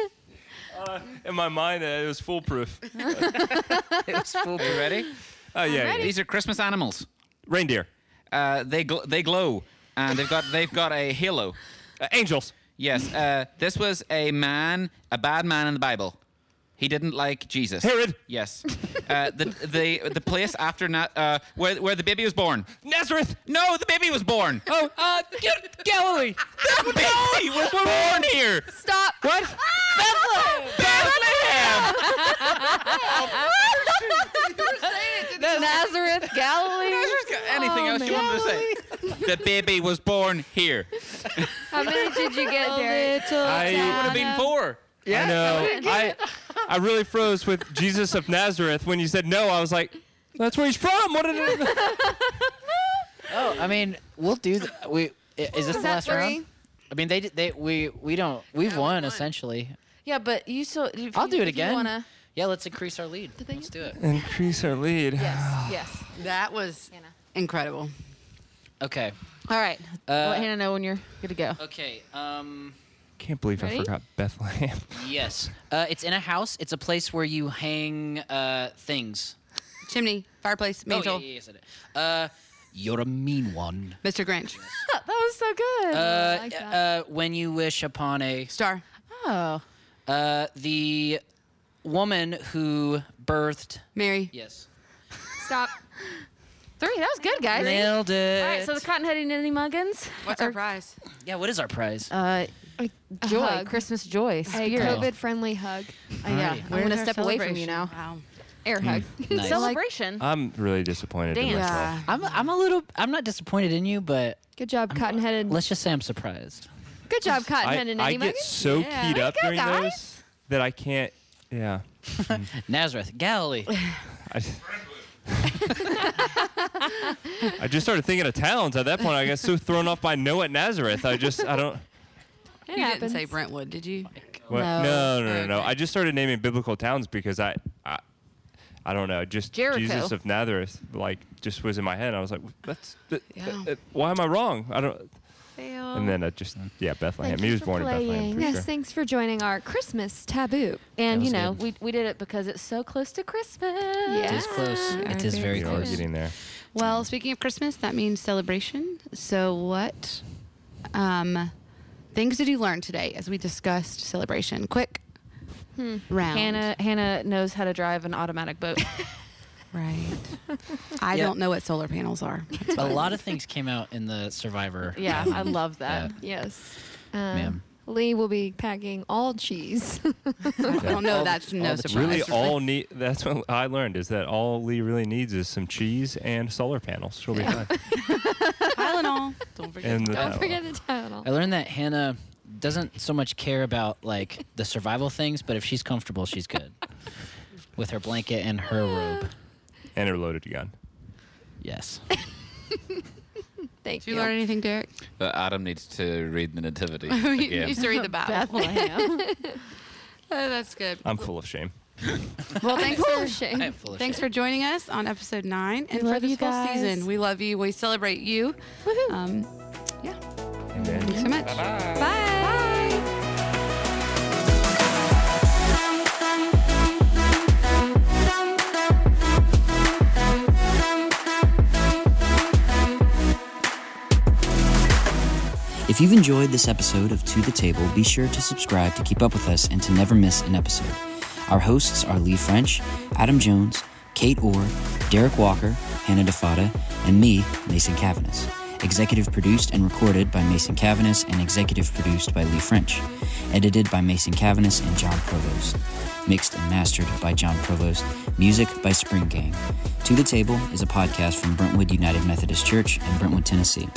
[SPEAKER 2] In my mind, uh, it was foolproof. Oh
[SPEAKER 7] Are you ready?
[SPEAKER 2] yeah, yeah.
[SPEAKER 7] These are Christmas animals.
[SPEAKER 2] reindeer,
[SPEAKER 7] Uh, they gl- they glow, and they've got they've got a halo.
[SPEAKER 2] uh, angels.
[SPEAKER 7] Yes. Uh, this was a man, a bad man in the Bible. He didn't like Jesus.
[SPEAKER 2] Herod.
[SPEAKER 7] Yes. Uh, the the the place after na- uh, where where the baby was born.
[SPEAKER 2] Nazareth.
[SPEAKER 7] No, the baby was born. Oh, uh, Galilee. The baby was born here.
[SPEAKER 4] Stop.
[SPEAKER 7] What? Bethlehem. Bethlehem.
[SPEAKER 4] Oh, Nazareth, Galilee.
[SPEAKER 7] Anything else you wanted to say? The baby was born here.
[SPEAKER 5] How many did you get, Derek?
[SPEAKER 2] I,
[SPEAKER 7] I've been four.
[SPEAKER 2] I know. I I really froze with Jesus of Nazareth when you said no. I was like, that's where he's from. What did it?
[SPEAKER 6] Oh, I mean, we'll do. Th- we i- is this the last round? I mean, they d- they we we don't we've won essentially.
[SPEAKER 4] Yeah, but you still. if
[SPEAKER 6] I'll
[SPEAKER 4] you-
[SPEAKER 6] do it
[SPEAKER 4] if you
[SPEAKER 6] again.
[SPEAKER 4] wanna-
[SPEAKER 6] Yeah, let's increase our lead. Let's do it.
[SPEAKER 2] Increase our lead.
[SPEAKER 4] Yes. Yes.
[SPEAKER 3] That was
[SPEAKER 4] Hannah.
[SPEAKER 3] incredible.
[SPEAKER 6] Okay.
[SPEAKER 4] All right.
[SPEAKER 6] Uh,
[SPEAKER 4] Let Hannah know when you're good to go.
[SPEAKER 6] Okay. Um.
[SPEAKER 2] Can't believe I
[SPEAKER 4] Ready?
[SPEAKER 2] forgot Bethlehem.
[SPEAKER 6] Yes. Uh, it's in a house. It's a place where you hang uh, things.
[SPEAKER 3] Chimney, fireplace, mantle,
[SPEAKER 6] Oh, yeah, yeah, yes, I did. Uh, you're a mean one.
[SPEAKER 3] Mr. Grinch,
[SPEAKER 4] That was so good.
[SPEAKER 6] Uh,
[SPEAKER 5] like
[SPEAKER 6] uh, when you wish upon a
[SPEAKER 3] star,
[SPEAKER 4] oh.
[SPEAKER 6] uh, the woman who birthed.
[SPEAKER 3] Mary,
[SPEAKER 6] Yes.
[SPEAKER 5] Stop.
[SPEAKER 4] Three. That was good, guys.
[SPEAKER 6] Nailed it.
[SPEAKER 4] All right. So the Cottonhead and Ninny Muggins.
[SPEAKER 3] What's our prize?
[SPEAKER 6] yeah. What is our prize?
[SPEAKER 4] Uh, joy,
[SPEAKER 5] hug.
[SPEAKER 4] Christmas joy,
[SPEAKER 5] A
[SPEAKER 4] spirit.
[SPEAKER 5] COVID-friendly hug.
[SPEAKER 4] Uh, yeah,
[SPEAKER 6] Alrighty.
[SPEAKER 4] I'm gonna step away from you now.
[SPEAKER 3] Wow.
[SPEAKER 5] Air hug.
[SPEAKER 2] Mm,
[SPEAKER 6] Nice.
[SPEAKER 4] Celebration.
[SPEAKER 2] I'm really disappointed in
[SPEAKER 4] Damn.
[SPEAKER 2] myself.
[SPEAKER 6] I'm I'm a little I'm not disappointed in you, but
[SPEAKER 5] Good job, cotton-headed.
[SPEAKER 6] let's just say I'm surprised.
[SPEAKER 5] Good job, cotton-headed.
[SPEAKER 2] I, I
[SPEAKER 5] Eddie
[SPEAKER 2] get
[SPEAKER 5] Muggins.
[SPEAKER 2] so
[SPEAKER 3] Yeah.
[SPEAKER 2] keyed
[SPEAKER 3] Way to
[SPEAKER 2] up
[SPEAKER 5] go,
[SPEAKER 2] during
[SPEAKER 5] guys.
[SPEAKER 2] those that I can't. Yeah.
[SPEAKER 6] Nazareth, Galilee.
[SPEAKER 2] I, I just started thinking of towns at that point. I got so thrown off by Noah at Nazareth. I just, I don't.
[SPEAKER 5] It
[SPEAKER 3] You didn't
[SPEAKER 5] happens.
[SPEAKER 3] say Brentwood, did you?
[SPEAKER 2] What? No,
[SPEAKER 4] No.
[SPEAKER 2] no, no, no, no.
[SPEAKER 3] Okay.
[SPEAKER 2] I just started naming biblical towns because I, I, I don't know. Just
[SPEAKER 4] Jericho.
[SPEAKER 2] Jesus of Nazareth, like, just was in my head. And I was like, that's. That,
[SPEAKER 3] Yeah.
[SPEAKER 2] uh, uh, why am I wrong? I don't.
[SPEAKER 3] Fail.
[SPEAKER 2] And then I just,
[SPEAKER 3] Mm.
[SPEAKER 2] yeah, Bethlehem. He was born in Bethlehem. For
[SPEAKER 5] Yes,
[SPEAKER 2] sure.
[SPEAKER 5] thanks for joining our Christmas taboo.
[SPEAKER 4] and
[SPEAKER 6] That
[SPEAKER 4] you
[SPEAKER 6] was
[SPEAKER 4] know,
[SPEAKER 6] good.
[SPEAKER 4] we, we did it because it's so close to Christmas.
[SPEAKER 6] It is close. It is very
[SPEAKER 2] We are
[SPEAKER 6] close.
[SPEAKER 2] getting there.
[SPEAKER 3] Well, speaking of Christmas, that means celebration. So, what um, things did you learn today as we discussed celebration? Quick round.
[SPEAKER 4] Hannah Hannah knows how to drive an automatic boat.
[SPEAKER 3] Right. I
[SPEAKER 6] Yeah.
[SPEAKER 3] don't know what solar panels are.
[SPEAKER 6] A lot of things came out in the Survivor.
[SPEAKER 4] yeah, I love that.
[SPEAKER 6] Yeah.
[SPEAKER 5] Yes. Um,
[SPEAKER 6] Ma'am.
[SPEAKER 5] Lee will be packing all cheese.
[SPEAKER 3] Well, no,
[SPEAKER 7] All the-
[SPEAKER 3] that's no
[SPEAKER 7] all the
[SPEAKER 3] surprise.
[SPEAKER 2] Really, all need that's what I learned is that all Lee really needs is some cheese and solar panels. She'll be fine.
[SPEAKER 3] Tylenol.
[SPEAKER 8] Don't forget.
[SPEAKER 2] And the
[SPEAKER 5] Don't
[SPEAKER 2] towel.
[SPEAKER 5] forget the Tylenol.
[SPEAKER 1] I learned that Hannah doesn't so much care about like the survival things, but if she's comfortable, she's good with her blanket and her robe.
[SPEAKER 2] and her loaded gun.
[SPEAKER 1] Yes.
[SPEAKER 5] Thank
[SPEAKER 3] Did you
[SPEAKER 5] you.
[SPEAKER 3] learn anything, Derek?
[SPEAKER 7] But Adam needs to read the Nativity
[SPEAKER 8] He
[SPEAKER 7] again.
[SPEAKER 8] needs to read the Bible.
[SPEAKER 4] Bethlehem.
[SPEAKER 8] Oh, that's good.
[SPEAKER 2] I'm full of shame.
[SPEAKER 3] Well, thanks
[SPEAKER 5] Oh,
[SPEAKER 3] for
[SPEAKER 5] shame.
[SPEAKER 1] I am full of
[SPEAKER 3] thanks
[SPEAKER 1] shit.
[SPEAKER 3] for joining us on episode nine and for
[SPEAKER 4] love
[SPEAKER 3] this
[SPEAKER 4] you
[SPEAKER 3] whole
[SPEAKER 4] guys.
[SPEAKER 3] season. We love you. We celebrate you. Um, yeah.
[SPEAKER 2] Amen.
[SPEAKER 3] Thanks so much. Bye. Bye.
[SPEAKER 1] If you've enjoyed this episode of To the Table, be sure to subscribe to keep up with us and to never miss an episode. Our hosts are Lee French, Adam Jones, Kate Orr, Derek Walker, Hannah DeFata, and me, Mason Cavanis. Executive produced and recorded by Mason Cavanis and executive produced by Lee French. Edited by Mason Cavanis and John Provost. Mixed and mastered by John Provost. Music by Spring Gang. To the Table is a podcast from Brentwood United Methodist Church in Brentwood, Tennessee.